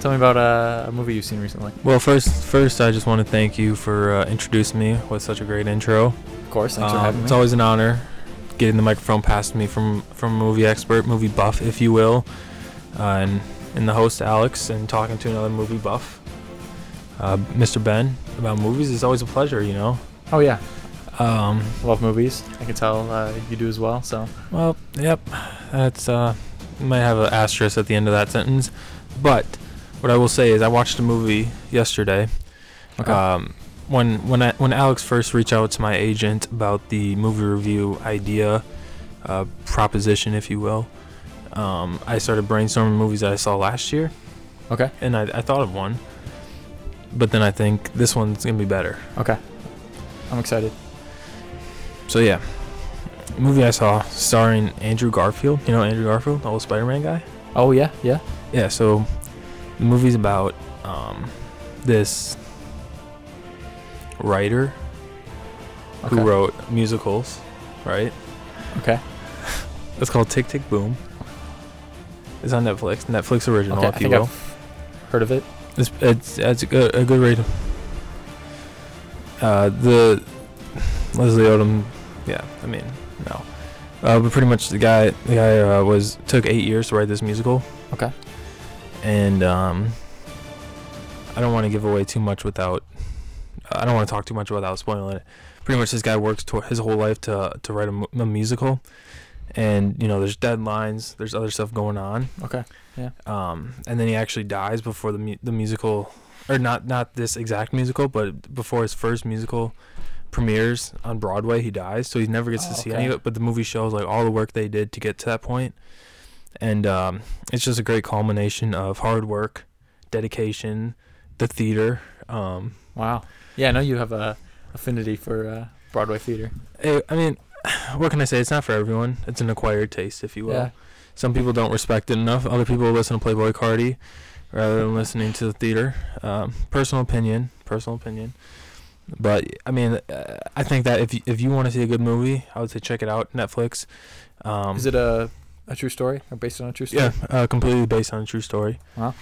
[SPEAKER 10] tell me about uh, a movie you've seen recently.
[SPEAKER 6] Well, first, first, I just want to thank you for uh, introducing me with such a great intro.
[SPEAKER 10] Of course, thanks for
[SPEAKER 6] Um,
[SPEAKER 10] having me.
[SPEAKER 6] It's always an honor getting the microphone passed to me from from a movie expert, movie buff, if you will, uh, and and the host Alex, and talking to another movie buff, uh, Mr. Ben, about movies is always a pleasure. You know.
[SPEAKER 10] oh yeah,
[SPEAKER 6] Um,
[SPEAKER 10] love movies. I can tell uh, you do as well. So
[SPEAKER 6] well, yep, that's uh, might have an asterisk at the end of that sentence, but what I will say is I watched a movie yesterday.
[SPEAKER 10] Okay.
[SPEAKER 6] Um, when when I, when Alex first reached out to my agent about the movie review idea, uh, proposition, if you will, um, I started brainstorming movies that I saw last year.
[SPEAKER 10] Okay.
[SPEAKER 6] And I, I thought of one, but then I think this one's gonna be better.
[SPEAKER 10] okay, I'm excited.
[SPEAKER 6] So yeah, movie I saw starring Andrew Garfield. You know Andrew Garfield, the old Spider-Man guy.
[SPEAKER 10] Oh yeah, yeah.
[SPEAKER 6] yeah so the movie's about um, this writer
[SPEAKER 10] Okay.
[SPEAKER 6] who wrote musicals right
[SPEAKER 10] Okay.
[SPEAKER 6] it's called tick tick boom it's on netflix netflix original
[SPEAKER 10] Okay, I
[SPEAKER 6] if you
[SPEAKER 10] think I've
[SPEAKER 6] will
[SPEAKER 10] Heard of it?
[SPEAKER 6] It's it's, it's a, good, a good read. Uh, the Leslie Odom, yeah, I mean, no, uh, but pretty much the guy the guy uh, was took eight years to write this musical.
[SPEAKER 10] Okay.
[SPEAKER 6] And um, I don't want to give away too much without. I don't want to talk too much without spoiling it. Pretty much, this guy works to his whole life to to write a, mu- a musical, and you know, there's deadlines, there's other stuff going on
[SPEAKER 10] Okay.
[SPEAKER 6] um, and then he actually dies before the mu- the musical, or not not this exact musical, but before his first musical premieres on Broadway, he dies. So he never gets to
[SPEAKER 10] Oh,
[SPEAKER 6] see
[SPEAKER 10] okay.
[SPEAKER 6] any of it. But the movie shows like all the work they did to get to that point, and um, it's just a great culmination of hard work, dedication, the theater. Um,
[SPEAKER 10] Wow. Yeah, I know you have a affinity for uh, Broadway theater.
[SPEAKER 6] eh, I mean, what can I say? It's not for everyone. It's an acquired taste, if you will.
[SPEAKER 10] Yeah.
[SPEAKER 6] Some people don't respect it enough. Other people listen to Playboy Cardi rather than listening to the theater. Um, personal opinion, personal opinion. But I mean, uh, I think that if you, if you want to see a good movie, I would say check it out. Netflix. Um,
[SPEAKER 10] Is it a a true story or based on a true story?
[SPEAKER 6] yeah, uh, completely based on a true story.
[SPEAKER 10] Wow.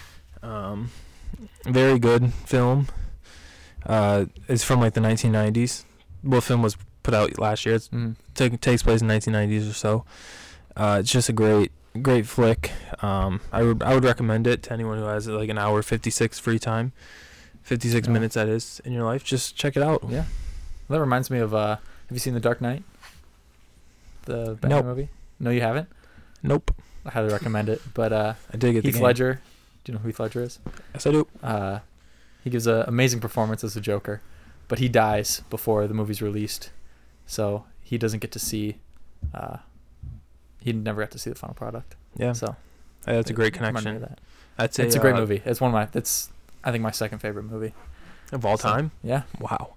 [SPEAKER 6] Um, very good film. Uh, it's from like the 1990s. Well, film was put out last year. It's
[SPEAKER 10] Mm.
[SPEAKER 6] take, takes place in 1990s or so. Uh, it's just a great, great flick. Um, I would I would recommend it to anyone who has like an hour 56 free time, 56
[SPEAKER 10] Yeah.
[SPEAKER 6] minutes that is in your life. Just check it out.
[SPEAKER 10] Yeah. That reminds me of uh, have you seen The Dark Knight? The Batman
[SPEAKER 6] Nope.
[SPEAKER 10] movie? No, you haven't.
[SPEAKER 6] Nope,
[SPEAKER 10] I highly recommend it. But uh,
[SPEAKER 6] I did get the
[SPEAKER 10] Heath
[SPEAKER 6] game.
[SPEAKER 10] Ledger, do you know who Heath Ledger is?
[SPEAKER 6] Yes, I do.
[SPEAKER 10] Uh, he gives an amazing performance as the Joker, but he dies before the movie's released, so he doesn't get to see. Uh, he never got to see the final product.
[SPEAKER 6] Yeah,
[SPEAKER 10] So
[SPEAKER 6] Uh, that's a great
[SPEAKER 10] remind me of
[SPEAKER 6] connection.
[SPEAKER 10] That.
[SPEAKER 6] That's
[SPEAKER 10] It's a great
[SPEAKER 6] uh,
[SPEAKER 10] movie. It's one of my. It's I think my second favorite movie.
[SPEAKER 6] of all
[SPEAKER 10] So-
[SPEAKER 6] time.
[SPEAKER 10] Yeah.
[SPEAKER 6] Wow.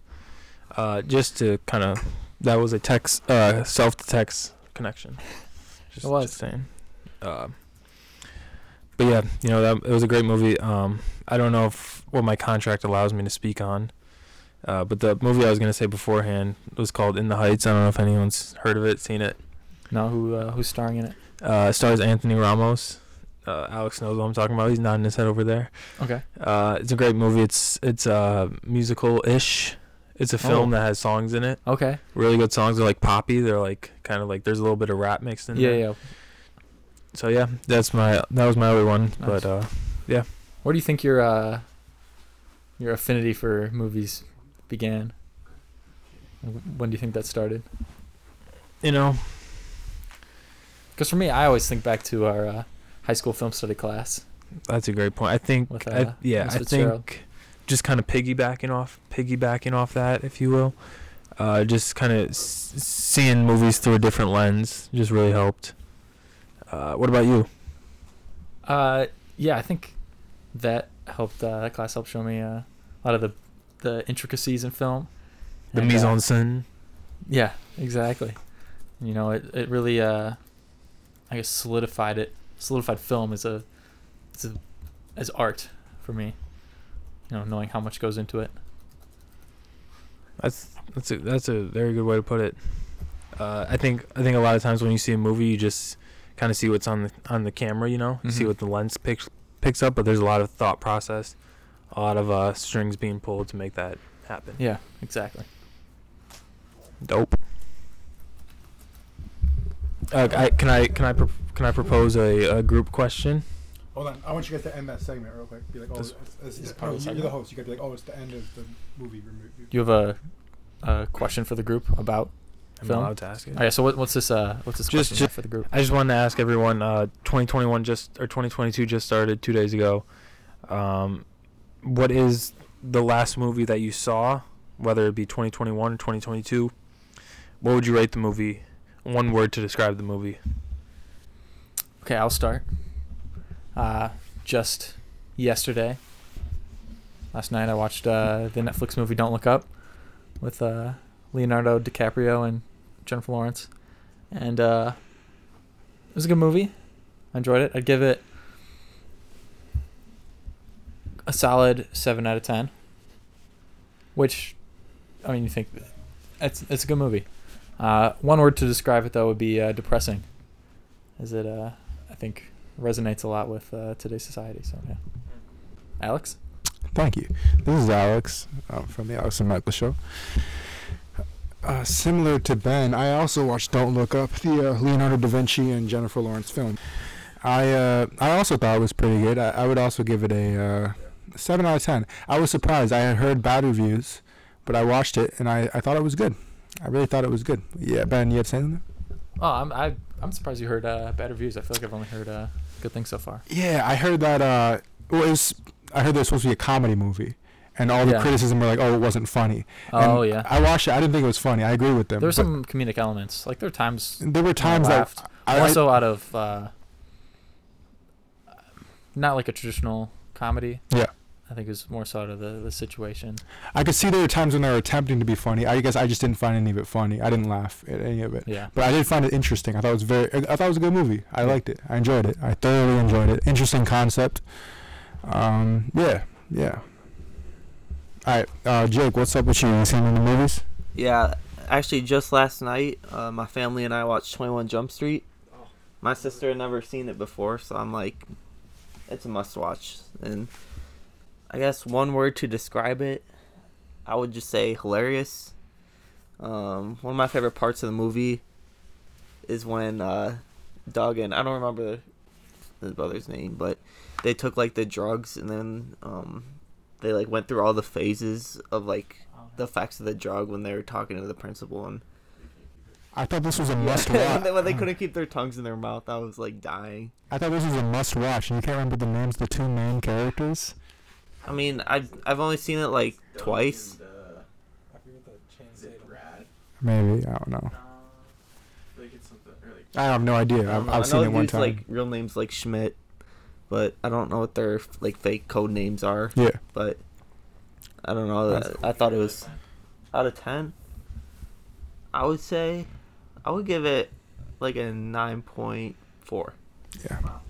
[SPEAKER 6] Uh, just to kind of, that was a text, uh, self to text connection. Just,
[SPEAKER 10] It was.
[SPEAKER 6] Just saying. Uh, but yeah, you know that it was a great movie. Um, I don't know if what my contract allows me to speak on. Uh, but the movie I was gonna say beforehand was called In the Heights. I don't know if anyone's heard of it, seen it.
[SPEAKER 10] No, who uh, who's starring in it?
[SPEAKER 6] Uh, it stars Anthony Ramos. Uh, Alex knows what I'm talking about. He's nodding his head over there.
[SPEAKER 10] Okay.
[SPEAKER 6] Uh, it's a great movie. It's it's uh, musical ish. It's a film
[SPEAKER 10] Oh.
[SPEAKER 6] that has songs in it.
[SPEAKER 10] Okay.
[SPEAKER 6] Really good songs. They're like poppy. They're like kind of like there's a little bit of rap mixed in
[SPEAKER 10] Yeah,
[SPEAKER 6] there.
[SPEAKER 10] yeah.
[SPEAKER 6] So yeah, that's my that was my other one.
[SPEAKER 10] Nice.
[SPEAKER 6] But uh,
[SPEAKER 10] Where do you think your uh, your affinity for movies began? Wh- When do you think that started?
[SPEAKER 6] you know,
[SPEAKER 10] Because for me, I always think back to our uh, high school film study class.
[SPEAKER 6] that's a great point. I think
[SPEAKER 10] With,
[SPEAKER 6] I,
[SPEAKER 10] uh,
[SPEAKER 6] yeah,
[SPEAKER 10] Miss
[SPEAKER 6] I
[SPEAKER 10] Fitzgerald.
[SPEAKER 6] think just kind of piggybacking off piggybacking off that, if you will. Uh, just kind of s- seeing movies through a different lens just really helped. Uh, what about you?
[SPEAKER 10] Uh, yeah, I think that helped. Uh, that class helped show me uh, a lot of the the intricacies in film.
[SPEAKER 6] The
[SPEAKER 10] And, uh,
[SPEAKER 6] mise en scène.
[SPEAKER 10] Yeah, exactly. You know, it it really uh, I guess solidified it. Solidified film as a, as a, as art for me. You know, knowing how much goes into it.
[SPEAKER 6] That's that's a that's a very good way to put it. Uh, I think I think a lot of times when you see a movie, you just kind of see what's on the on the camera, you know, You see
[SPEAKER 10] Mhm.
[SPEAKER 6] what the lens picks picks up. But there's a lot of thought process, a lot of uh, strings being pulled to make that happen.
[SPEAKER 10] Yeah, exactly.
[SPEAKER 6] Dope. Uh, I, can I can I pro- can I propose a, a group question?
[SPEAKER 1] Hold on. I want you guys to end that segment real quick. Be like, oh,
[SPEAKER 6] This-
[SPEAKER 1] it's, it's,
[SPEAKER 10] this
[SPEAKER 1] it's,
[SPEAKER 10] is part
[SPEAKER 1] no,
[SPEAKER 10] of the
[SPEAKER 1] you're the
[SPEAKER 10] segment?
[SPEAKER 1] host. You gotta be like, oh, it's the end of the movie. Remove.
[SPEAKER 10] Do you have a, a question for the group about?
[SPEAKER 6] Am
[SPEAKER 10] Film?
[SPEAKER 6] I allowed to ask it?
[SPEAKER 10] All right, so what, what's this? Uh, what's this
[SPEAKER 6] Just-
[SPEAKER 10] question
[SPEAKER 6] just-
[SPEAKER 10] for the group?
[SPEAKER 6] I just wanted to ask everyone. Uh, 2021 just or 2022 just started two days ago. Um, what is the last movie that you saw, whether it be 2021 or 2022? What would you rate the movie? One word to describe the movie.
[SPEAKER 10] Okay, I'll start. Uh, just yesterday, last night, I watched uh, the Netflix movie Don't Look Up with uh, Leonardo DiCaprio and Jennifer Lawrence. And uh, it was a good movie. I enjoyed it. I'd give it a solid 7 out of 10. Which, I mean, you think it's, it's a good movie. Uh, one word to describe it, though, would be uh, depressing. Is it, uh, I think, resonates a lot with uh, today's society. So, yeah. Alex?
[SPEAKER 1] Thank you. This is Alex um, from the Alex and Michael Show. Uh, similar to Ben, I also watched Don't Look Up, the uh, Leonardo da Vinci and Jennifer Lawrence film. I uh, I also thought it was pretty good. I, I would also give it a uh, seven out of ten. I was surprised. I had heard bad reviews, but I watched it and I, I thought it was good. I really thought it was good. Yeah, Ben, you had something?
[SPEAKER 10] Oh, I'm I, I'm surprised you heard uh, bad reviews. I feel like I've only heard uh, good things so far.
[SPEAKER 1] Yeah, I heard that. Uh, well, it was, I heard there was supposed to be a comedy movie, and all the
[SPEAKER 10] Yeah.
[SPEAKER 1] criticism were like, "Oh, it wasn't funny."
[SPEAKER 10] Oh
[SPEAKER 1] And
[SPEAKER 10] yeah,
[SPEAKER 1] I watched it. I didn't think it was funny. I agree with them.
[SPEAKER 10] there were
[SPEAKER 1] but
[SPEAKER 10] some comedic elements. Like there were times
[SPEAKER 1] There were times that
[SPEAKER 10] laughed.
[SPEAKER 1] I,
[SPEAKER 10] more
[SPEAKER 1] I,
[SPEAKER 10] so out of uh, not like a traditional comedy.
[SPEAKER 1] Yeah.
[SPEAKER 10] I think it was more so out of the, the situation.
[SPEAKER 1] I could see there were times when they were attempting to be funny. I guess I just didn't find any of it funny. I didn't laugh at any of it.
[SPEAKER 10] Yeah.
[SPEAKER 1] But I did find it interesting. I thought it was very. I thought it was a good movie. I liked it. I enjoyed it. I thoroughly enjoyed it. Interesting concept. Um. Yeah. Yeah. All right, uh, Jake. What's up with you? You seen any movies?
[SPEAKER 8] Yeah, actually, just last night, uh, my family and I watched 21 Jump Street. My sister had never seen it before, so I'm like, it's a must watch. And I guess one word to describe it, I would just say hilarious. Um, one of my favorite parts of the movie is when uh, Doug and I don't remember his brother's name, but they took like the drugs and then um, they like went through all the phases of like the effects of the drug when they were talking to the principal and
[SPEAKER 1] I thought this was a must
[SPEAKER 8] when, they,
[SPEAKER 1] watch.
[SPEAKER 8] when they couldn't keep their tongues in their mouth, I was like dying.
[SPEAKER 1] I thought this was a must watch, and you can't remember the names of the two main characters.
[SPEAKER 8] I mean, I've I've only seen it like twice.
[SPEAKER 9] I forget the Chan's name.
[SPEAKER 1] Maybe I don't know. I have no idea. I've, I've
[SPEAKER 8] I
[SPEAKER 1] seen
[SPEAKER 8] know
[SPEAKER 1] it one
[SPEAKER 8] dudes,
[SPEAKER 1] time.
[SPEAKER 8] Like real names like Schmidt, but I don't know what their like fake code names are.
[SPEAKER 1] yeah.
[SPEAKER 8] But I don't know.
[SPEAKER 1] That's
[SPEAKER 8] I, I thought it was out of ten. I would say I would give it like a nine point four.
[SPEAKER 1] All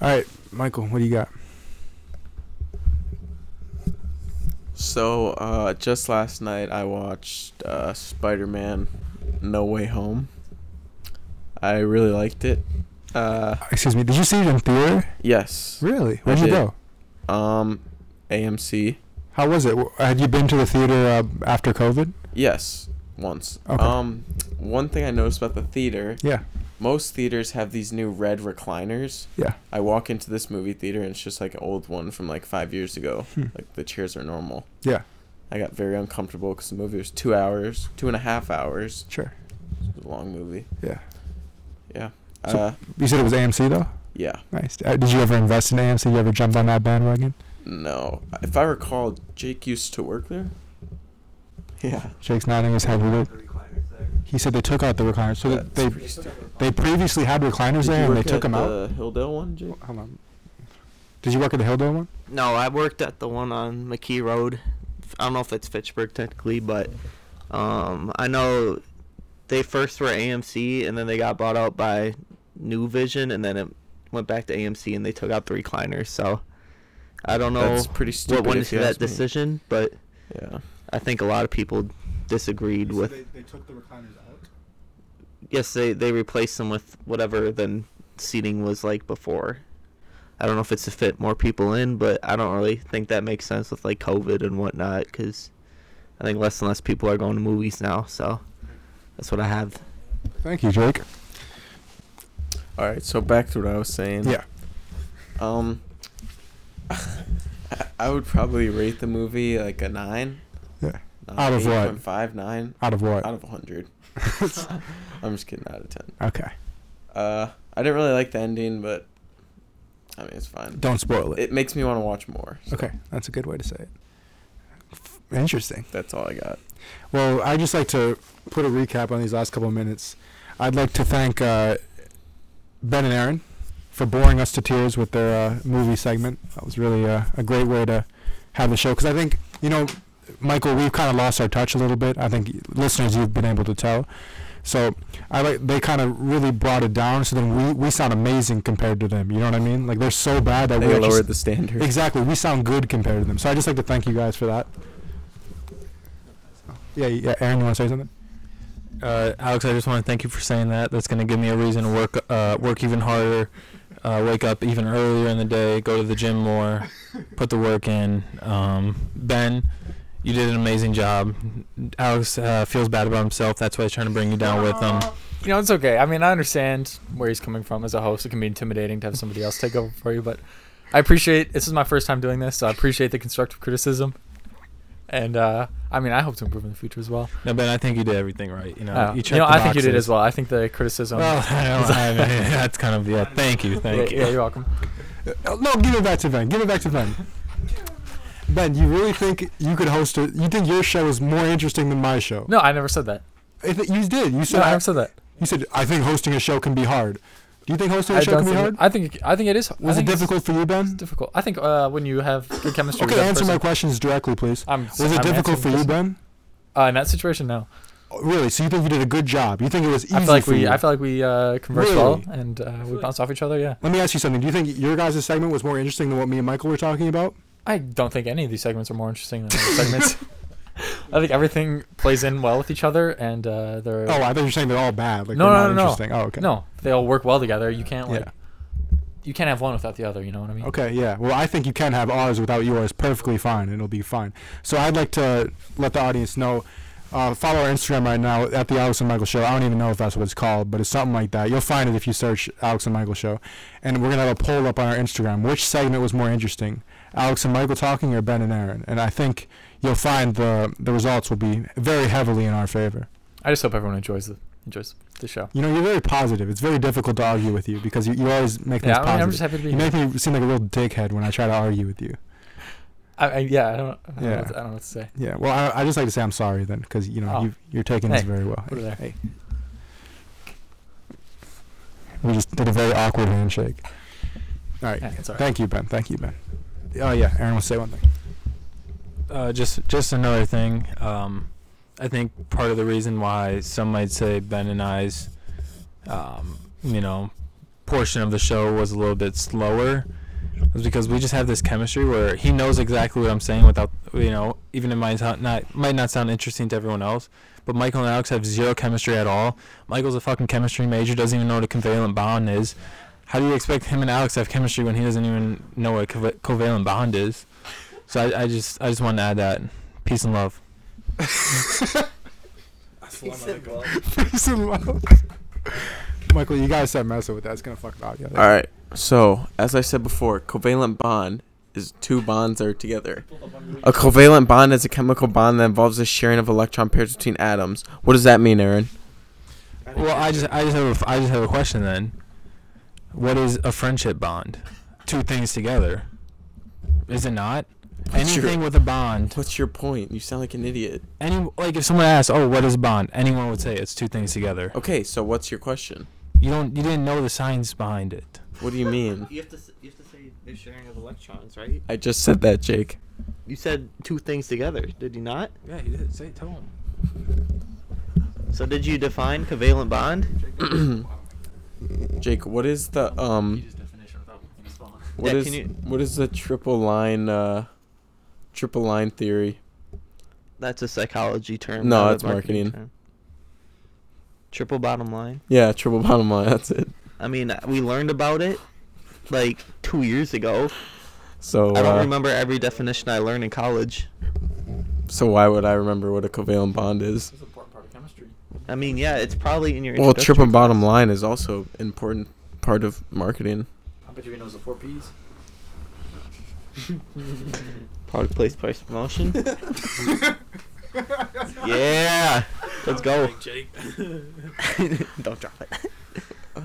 [SPEAKER 1] right, Michael. What do you got?
[SPEAKER 3] So, uh, just last night I watched uh, Spider Man No Way Home. I really liked it. Uh,
[SPEAKER 1] Excuse me. Did you see it in theater?
[SPEAKER 3] yes.
[SPEAKER 1] Really? Where'd you
[SPEAKER 3] did.
[SPEAKER 1] go?
[SPEAKER 3] Um, AMC.
[SPEAKER 1] How was it? W- Had you been to the theater uh, after COVID?
[SPEAKER 3] Yes, once.
[SPEAKER 1] Okay.
[SPEAKER 3] Um, one thing I noticed about the theater
[SPEAKER 1] Yeah.
[SPEAKER 3] most theaters have these new red recliners.
[SPEAKER 1] Yeah.
[SPEAKER 3] I walk into this movie theater and it's just like an old one from like five years ago.
[SPEAKER 1] Hmm.
[SPEAKER 3] Like the chairs are normal.
[SPEAKER 1] Yeah.
[SPEAKER 3] I got very uncomfortable because the movie was two hours, two and a half hours.
[SPEAKER 1] Sure.
[SPEAKER 3] It was a long movie.
[SPEAKER 1] Yeah.
[SPEAKER 3] Yeah.
[SPEAKER 1] So-
[SPEAKER 3] uh,
[SPEAKER 1] You said it was AMC though.
[SPEAKER 3] yeah.
[SPEAKER 1] Nice. Uh, did you ever invest in AMC? You ever jumped on that bandwagon?
[SPEAKER 3] No. If I recall, Jake used to work there. Yeah.
[SPEAKER 1] Jake's nodding his head. He did. He said they took out the recliners. So
[SPEAKER 3] That's
[SPEAKER 1] they
[SPEAKER 3] pretty stupid.
[SPEAKER 1] they previously had recliners
[SPEAKER 3] Did
[SPEAKER 1] there
[SPEAKER 3] you
[SPEAKER 1] and they
[SPEAKER 3] work
[SPEAKER 1] took
[SPEAKER 3] at
[SPEAKER 1] them out.
[SPEAKER 3] The Hilldale one, Jake.
[SPEAKER 1] Hold on. Did you work at the Hilldale one?
[SPEAKER 8] No, I worked at the one on McKee Road. I don't know if that's Fitchburg technically, but um, I know they first were AMC and then they got bought out by New Vision and then it went back to AMC and they took out the recliners. So I don't know
[SPEAKER 3] That's pretty
[SPEAKER 8] what
[SPEAKER 3] stupid
[SPEAKER 8] went
[SPEAKER 3] if
[SPEAKER 8] into
[SPEAKER 3] you
[SPEAKER 8] that
[SPEAKER 3] ask me.
[SPEAKER 8] decision, but
[SPEAKER 3] Yeah.
[SPEAKER 8] I think a lot of people disagreed with.
[SPEAKER 1] they took the recliners out.
[SPEAKER 8] yes, they they replaced them with whatever the seating was like before. I don't know if it's to fit more people in, but I don't really think that makes sense with like COVID and whatnot, because I think less and less people are going to movies now. So that's what I have.
[SPEAKER 1] Thank you, Jake.
[SPEAKER 3] All right. So back to what I was saying.
[SPEAKER 1] Yeah.
[SPEAKER 3] Um, I would probably rate the movie like a nine.
[SPEAKER 1] Yeah.
[SPEAKER 3] Uh,
[SPEAKER 1] Out of what?
[SPEAKER 3] 8.5, nine
[SPEAKER 1] Out of what?
[SPEAKER 3] out of hundred. I'm just kidding. Out of ten.
[SPEAKER 1] okay.
[SPEAKER 3] Uh, I didn't really like the ending, but I mean it's fine.
[SPEAKER 1] Don't spoil it.
[SPEAKER 3] It makes me want to watch more. so
[SPEAKER 1] Okay, that's a good way to say it. F- Interesting.
[SPEAKER 3] That's all I got.
[SPEAKER 1] Well, I'd just like to put a recap on these last couple of minutes. I'd like to thank uh, Ben and Aaron for boring us to tears with their uh, movie segment. That was really uh, a great way to have the show because I think, you know, Michael, we've kind of lost our touch a little bit. I think listeners, you've been able to tell. So I like they kind of really brought it down. So then we, we sound amazing compared to them. You know what I mean? Like they're so bad that
[SPEAKER 3] They
[SPEAKER 1] we're
[SPEAKER 3] lowered
[SPEAKER 1] just-
[SPEAKER 3] the standard.
[SPEAKER 1] Exactly. We sound good compared to them. So I just like to thank you guys for that. Yeah, yeah. Aaron, you want to say something?
[SPEAKER 6] Uh, Alex, I just want to thank you for saying that. That's going to give me a reason to work uh, work even harder uh, wake up even earlier in the day, go to the gym more, put the work in. Um, ben, you did an amazing job. Alex uh, feels bad about himself. That's why he's trying to bring you down with him.
[SPEAKER 10] You know, it's okay. I mean, I understand where he's coming from as a host. It can be intimidating to have somebody else take over for you, but I appreciate this is my first time doing this, so I appreciate the constructive criticism. And uh, I mean, I hope to improve in the future as well.
[SPEAKER 6] No, Ben, I think you did everything right. You know,
[SPEAKER 10] Uh,
[SPEAKER 6] you
[SPEAKER 10] you
[SPEAKER 6] checked
[SPEAKER 10] know,
[SPEAKER 6] the
[SPEAKER 10] I think you did
[SPEAKER 6] boxes.
[SPEAKER 10] as well. I think the criticism.
[SPEAKER 6] Well, I don't- I mean, that's kind of yeah. Thank you,
[SPEAKER 10] yeah,
[SPEAKER 6] thank
[SPEAKER 10] yeah,
[SPEAKER 6] you.
[SPEAKER 10] you're welcome.
[SPEAKER 1] Oh, no, give it back to Ben. Give it back to Ben. Ben, you really think you could host a? You think your show is more interesting than my show?
[SPEAKER 10] No, I never said that.
[SPEAKER 1] I thi- you did. You said.
[SPEAKER 10] No, I
[SPEAKER 1] I,
[SPEAKER 10] never said that.
[SPEAKER 1] you said. I think hosting a show can be hard. Do you think hosting a
[SPEAKER 10] I
[SPEAKER 1] show
[SPEAKER 10] don't
[SPEAKER 1] can be hard?
[SPEAKER 10] think. I think. I think it is. I
[SPEAKER 1] Was it
[SPEAKER 10] think it's
[SPEAKER 1] difficult for you, Ben?
[SPEAKER 10] Difficult. I think uh, when you have good chemistry.
[SPEAKER 1] Okay,
[SPEAKER 10] with that
[SPEAKER 1] answer my
[SPEAKER 10] person-
[SPEAKER 1] questions directly, please.
[SPEAKER 10] I'm,
[SPEAKER 1] Was it
[SPEAKER 10] I'm
[SPEAKER 1] difficult
[SPEAKER 10] answering
[SPEAKER 1] for you,
[SPEAKER 10] this-
[SPEAKER 1] Ben?
[SPEAKER 10] Uh, in that situation, no.
[SPEAKER 1] Oh, Really? So you think you did a good job? You think it was easy
[SPEAKER 10] I feel like
[SPEAKER 1] for
[SPEAKER 10] we.
[SPEAKER 1] you?
[SPEAKER 10] I feel like we uh, conversed well
[SPEAKER 1] Really?
[SPEAKER 10] and uh, we bounced off each other. Yeah.
[SPEAKER 1] Let me ask you something. Do you think your guys' segment was more interesting than what me and Michael were talking about?
[SPEAKER 10] I don't think any of these segments are more interesting than other segments. I think everything plays in well with each other, and uh, they're
[SPEAKER 1] Oh, I thought you were saying they're all bad. Like
[SPEAKER 10] No,
[SPEAKER 1] they're not
[SPEAKER 10] no, no, no.
[SPEAKER 1] interesting. Oh, okay.
[SPEAKER 10] no, they all work well together. You can't like,
[SPEAKER 1] Yeah.
[SPEAKER 10] you can't have one without the other. You know what I mean?
[SPEAKER 1] Okay, yeah. Well, I think you can have ours without yours perfectly fine, and it'll be fine. So I'd like to let the audience know. Uh, follow our Instagram right now at the Alex and Michael Show. I don't even know if that's what it's called, but it's something like that. You'll find it if you search Alex and Michael Show. And we're gonna have a poll up on our Instagram. Which segment was more interesting, Alex and Michael talking or Ben and Aaron? And I think you'll find the the results will be very heavily in our favor.
[SPEAKER 10] I just hope everyone enjoys the enjoys the show.
[SPEAKER 1] You know, you're very positive. It's very difficult to argue with you because you, you always make things
[SPEAKER 10] Yeah, I
[SPEAKER 1] positive.
[SPEAKER 10] mean, I'm just happy to be
[SPEAKER 1] you
[SPEAKER 10] here.
[SPEAKER 1] make me seem like a real dickhead when I try to argue with you.
[SPEAKER 10] I, I, yeah, I don't. I don't,
[SPEAKER 1] Yeah.
[SPEAKER 10] know what to, I don't know what to say.
[SPEAKER 1] Yeah, well, I, I just like to say I'm sorry then, because you know
[SPEAKER 10] Oh.
[SPEAKER 1] you you're taking this
[SPEAKER 10] Hey,
[SPEAKER 1] very well.
[SPEAKER 10] put it there.
[SPEAKER 1] Hey. We just did a very awkward handshake. All right,
[SPEAKER 10] Yeah, it's all right.
[SPEAKER 1] thank you, Ben. Thank you, Ben. Oh yeah, Aaron will say one thing.
[SPEAKER 6] Uh, just just another thing. Um, I think part of the reason why some might say Ben and I's, um, you know, portion of the show was a little bit slower, was because we just have this chemistry where he knows exactly what I'm saying without, you know, even it might not, not might not sound interesting to everyone else. But Michael and Alex have zero chemistry at all. Michael's a fucking chemistry major, doesn't even know what a covalent bond is. How do you expect him and Alex to have chemistry when he doesn't even know what a cova- covalent bond is? So I, I just I just wanted to add that. Peace and love.
[SPEAKER 4] He said, well,
[SPEAKER 1] Peace and love. Michael, you guys said messing with that. It's gonna fuck it up. Yeah.
[SPEAKER 3] All right. So, as I said before, covalent bond is two bonds that are together. A covalent bond is a chemical bond that involves the sharing of electron pairs between atoms. What does that mean, Aaron?
[SPEAKER 6] Well, I just I just have a, f- I just have a question then. What is a friendship bond? Two things together. Is it not?
[SPEAKER 3] What's your-
[SPEAKER 6] Anything with a bond.
[SPEAKER 3] What's your point? You sound like an idiot.
[SPEAKER 6] Any like if someone asks, "Oh, what is a bond?" Anyone would say it's two things together.
[SPEAKER 3] Okay, so what's your question?
[SPEAKER 6] You don't you didn't know the science behind it.
[SPEAKER 3] What do you mean?
[SPEAKER 8] You have to. s- You have to say they're sharing of electrons, right?
[SPEAKER 3] I just said that, Jake.
[SPEAKER 8] You said two things together, did you not?
[SPEAKER 6] Yeah, you did. Say tell him.
[SPEAKER 8] So did you define covalent bond?
[SPEAKER 3] Jake, what is the um what
[SPEAKER 8] Yeah,
[SPEAKER 3] is
[SPEAKER 8] can you-
[SPEAKER 3] what is the triple line uh triple line theory?
[SPEAKER 8] That's a psychology term.
[SPEAKER 3] No,
[SPEAKER 8] not a
[SPEAKER 3] that's marketing.
[SPEAKER 8] term. Triple bottom line.
[SPEAKER 3] Yeah, triple bottom line, that's it.
[SPEAKER 8] I mean, we learned about it like two years ago.
[SPEAKER 3] So
[SPEAKER 8] I don't
[SPEAKER 3] uh,
[SPEAKER 8] remember every definition I learned in college.
[SPEAKER 3] so why would I remember what a covalent bond is?
[SPEAKER 8] I mean, yeah, it's probably in your.
[SPEAKER 3] Well, triple
[SPEAKER 8] introductory
[SPEAKER 3] bottom
[SPEAKER 8] class.
[SPEAKER 3] line is also important part of marketing.
[SPEAKER 10] I bet you knows the four P's.
[SPEAKER 8] Product place price promotion. yeah, let's go. don't drop it.
[SPEAKER 3] All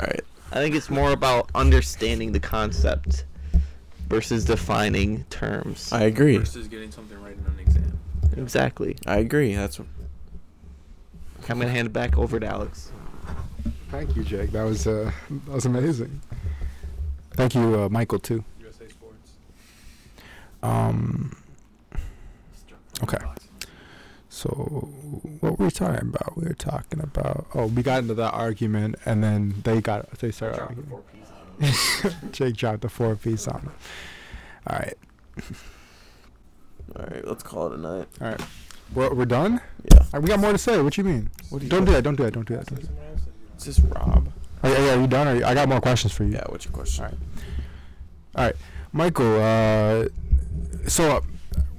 [SPEAKER 3] right.
[SPEAKER 8] I think it's more about understanding the concept versus defining terms.
[SPEAKER 3] I agree.
[SPEAKER 9] Versus getting something right in an exam.
[SPEAKER 8] Exactly.
[SPEAKER 3] I agree. That's
[SPEAKER 8] I'm gonna hand it back over to Alex.
[SPEAKER 1] Thank you, Jake. That was uh, that was amazing. Thank you, uh, Michael, too.
[SPEAKER 9] USA Sports.
[SPEAKER 1] Um. Okay. So what were we talking about? We were talking about oh we got into that argument and then they got they started arguing. Jake dropped the four piece on. him. All right,
[SPEAKER 3] all right. Let's call it a night.
[SPEAKER 1] we're we're done.
[SPEAKER 3] Yeah.
[SPEAKER 1] Uh, We got more to say. What you mean?
[SPEAKER 3] What do you
[SPEAKER 1] Don't do that. Oh, Don't do that. Don't do that. Don't do
[SPEAKER 9] Say
[SPEAKER 1] that.
[SPEAKER 9] someone else.
[SPEAKER 3] Is this Rob?
[SPEAKER 1] Are, are you done? Or you- I got more questions for you.
[SPEAKER 3] Yeah, what's your question?
[SPEAKER 1] All right. All right, Michael. Uh, so uh,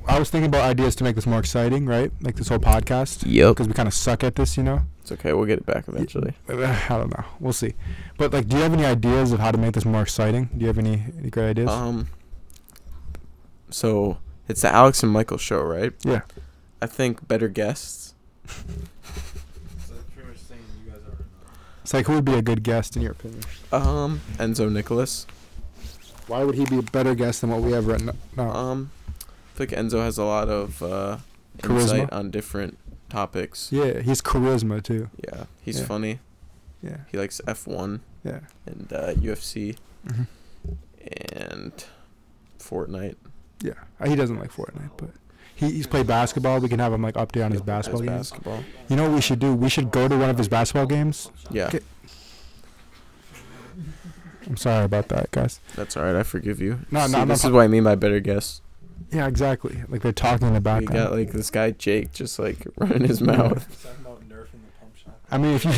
[SPEAKER 1] I was thinking about ideas to make this more exciting, right? Like this whole podcast,
[SPEAKER 3] Yep.
[SPEAKER 1] because we kind of suck at this, you know.
[SPEAKER 3] It's okay. We'll get it back eventually.
[SPEAKER 1] I don't know. We'll see. But like, do you have any ideas of how to make this more exciting? Do you have any, any great ideas?
[SPEAKER 3] Um. So it's the Alex and Michael show, right?
[SPEAKER 1] Yeah.
[SPEAKER 3] I think better guests.
[SPEAKER 1] It's like, who would be a good guest in your opinion?
[SPEAKER 3] Um, Enzo Nicholas.
[SPEAKER 1] Why would he be a better guest than what we have written? No.
[SPEAKER 3] Um, I think Enzo has a lot of uh,
[SPEAKER 1] Charisma.
[SPEAKER 3] insight on different topics.
[SPEAKER 1] Yeah, he's charisma too.
[SPEAKER 3] Yeah, he's
[SPEAKER 1] Yeah.
[SPEAKER 3] funny.
[SPEAKER 1] Yeah,
[SPEAKER 3] He likes F1
[SPEAKER 1] yeah.
[SPEAKER 3] and uh, UFC
[SPEAKER 1] Mhm.
[SPEAKER 3] and Fortnite.
[SPEAKER 1] Yeah, Uh, he doesn't like Fortnite, but he, he's played basketball. We can have him like update on his basketball
[SPEAKER 3] His
[SPEAKER 1] games.
[SPEAKER 3] basketball.
[SPEAKER 1] You know what we should do? We should go to one of his basketball games.
[SPEAKER 3] Yeah,
[SPEAKER 1] Okay. I'm sorry about that, guys.
[SPEAKER 3] that's all right. I forgive you.
[SPEAKER 1] No,
[SPEAKER 3] See,
[SPEAKER 1] no, no
[SPEAKER 3] this is
[SPEAKER 1] prob-
[SPEAKER 3] what I mean by better guests.
[SPEAKER 1] Yeah, exactly. Like they're talking in the
[SPEAKER 3] We got
[SPEAKER 1] background.
[SPEAKER 3] like this guy Jake just like running his mouth.
[SPEAKER 9] Talking about Nerf in the pump shop.
[SPEAKER 1] I mean, if you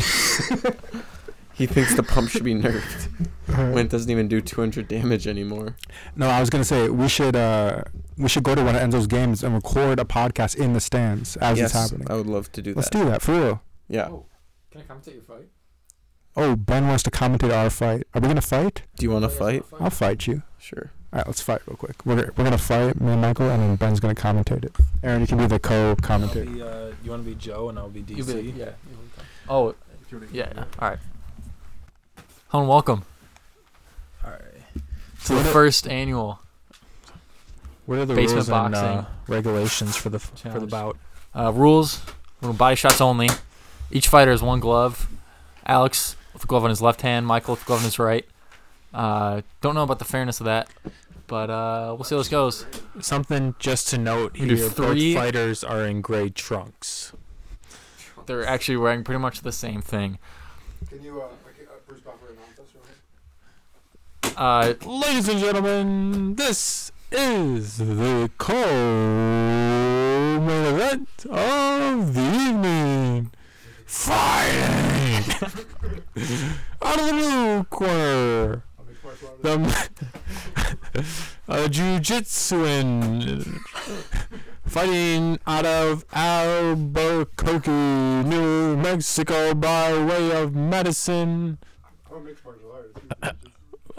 [SPEAKER 3] He thinks the pump should be nerfed when it doesn't even do 200 damage anymore.
[SPEAKER 1] no, I was gonna say we should uh we should go to one of Enzo's games and record a podcast in the stands as it's happening.
[SPEAKER 3] I would love to do
[SPEAKER 1] Let's
[SPEAKER 3] that.
[SPEAKER 1] do that for real.
[SPEAKER 3] yeah.
[SPEAKER 9] Can I commentate your fight?
[SPEAKER 1] Oh, Ben wants to commentate our fight. Are we gonna fight?
[SPEAKER 3] Do you want to fight?
[SPEAKER 1] I'll fight you.
[SPEAKER 3] Sure.
[SPEAKER 1] All right, let's fight real quick. We're gonna, we're gonna fight me and Michael, and then Ben's gonna commentate it. Aaron, you can be the
[SPEAKER 9] I'll
[SPEAKER 1] co-commentator.
[SPEAKER 9] be, uh, you want to be Joe and I'll be DC.
[SPEAKER 10] You be, yeah. Oh, yeah. yeah. All right. Hon, welcome
[SPEAKER 9] All right.
[SPEAKER 10] to the first annual.
[SPEAKER 6] What are the
[SPEAKER 10] Basement
[SPEAKER 6] rules and uh,
[SPEAKER 10] boxing.
[SPEAKER 6] regulations for the f- for the
[SPEAKER 10] Challenge.
[SPEAKER 6] bout?
[SPEAKER 10] Uh, rules: we're body shots only. Each fighter has one glove. Alex with a glove on his left hand. Michael with a glove on his right. Uh, don't know about the fairness of that, but uh, we'll see how this goes.
[SPEAKER 6] Something just to note
[SPEAKER 10] We do
[SPEAKER 6] here:
[SPEAKER 10] three-
[SPEAKER 6] both fighters are in gray trunks.
[SPEAKER 10] They're actually wearing pretty much the same thing.
[SPEAKER 1] Can you, uh, Bruce Buffer announce us real quick?
[SPEAKER 10] Uh,
[SPEAKER 6] Ladies and gentlemen, this is the co-main event of the evening. Fighting out of the blue corner, the m- a jujitsuan fighting out of Albuquerque, New Mexico, by way of Madison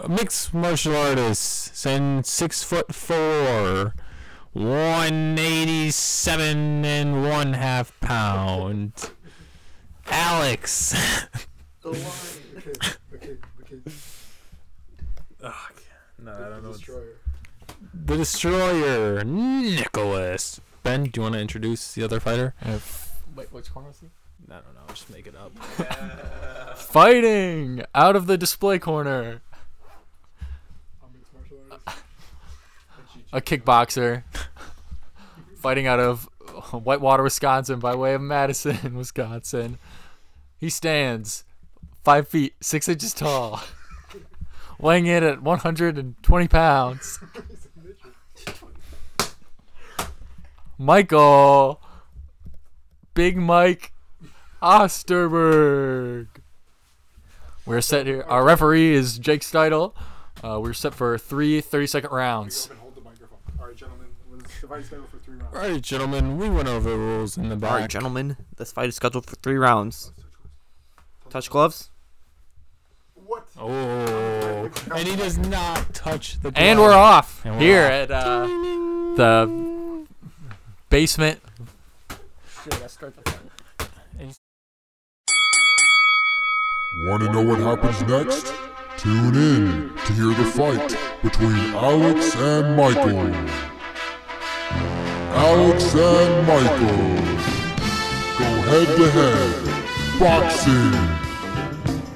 [SPEAKER 6] mixed martial artists and six foot four, one eighty seven and one half pound. Alex.
[SPEAKER 4] The line.
[SPEAKER 9] No, I don't know. What
[SPEAKER 6] The Destroyer, Nicholas. Ben, do you want to introduce the other fighter?
[SPEAKER 10] wait, which corner was he?
[SPEAKER 6] I don't know. Just make it up.
[SPEAKER 10] Fighting out of the display corner. A kickboxer fighting out of Whitewater, Wisconsin, by way of Madison, Wisconsin. He stands five feet six inches tall, weighing in at 120 pounds. Michael, Big Mike Osterberg. We're set here. Our referee is Jake Steidel. Uh, we're set for three 30 second rounds.
[SPEAKER 6] All right, gentlemen, we went over the rules in the
[SPEAKER 8] All right,
[SPEAKER 6] back.
[SPEAKER 8] gentlemen, this fight is scheduled for three rounds. Touch gloves.
[SPEAKER 6] Oh, and he does not touch the.
[SPEAKER 10] And
[SPEAKER 6] glove.
[SPEAKER 10] we're off
[SPEAKER 6] And we're
[SPEAKER 10] here
[SPEAKER 6] off.
[SPEAKER 10] at uh, the basement.
[SPEAKER 12] Want to know what happens next? Tune in to hear the fight between Alex and Michael. Alex and Michael go head to head. Boxing.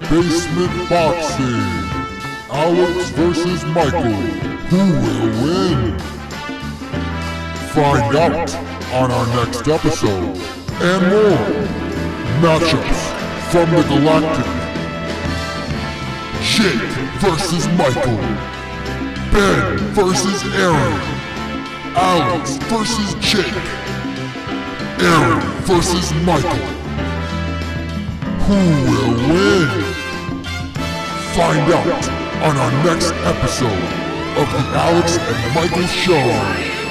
[SPEAKER 12] Basement boxing. Alex versus Michael. Who will win? Find out on our next episode. And more matchups from the Galactic. Jake versus Michael. Ben versus Aaron. Alex versus Jake. Aaron versus Michael. Who will win? Find out on our next episode of the Alex and Michael Show.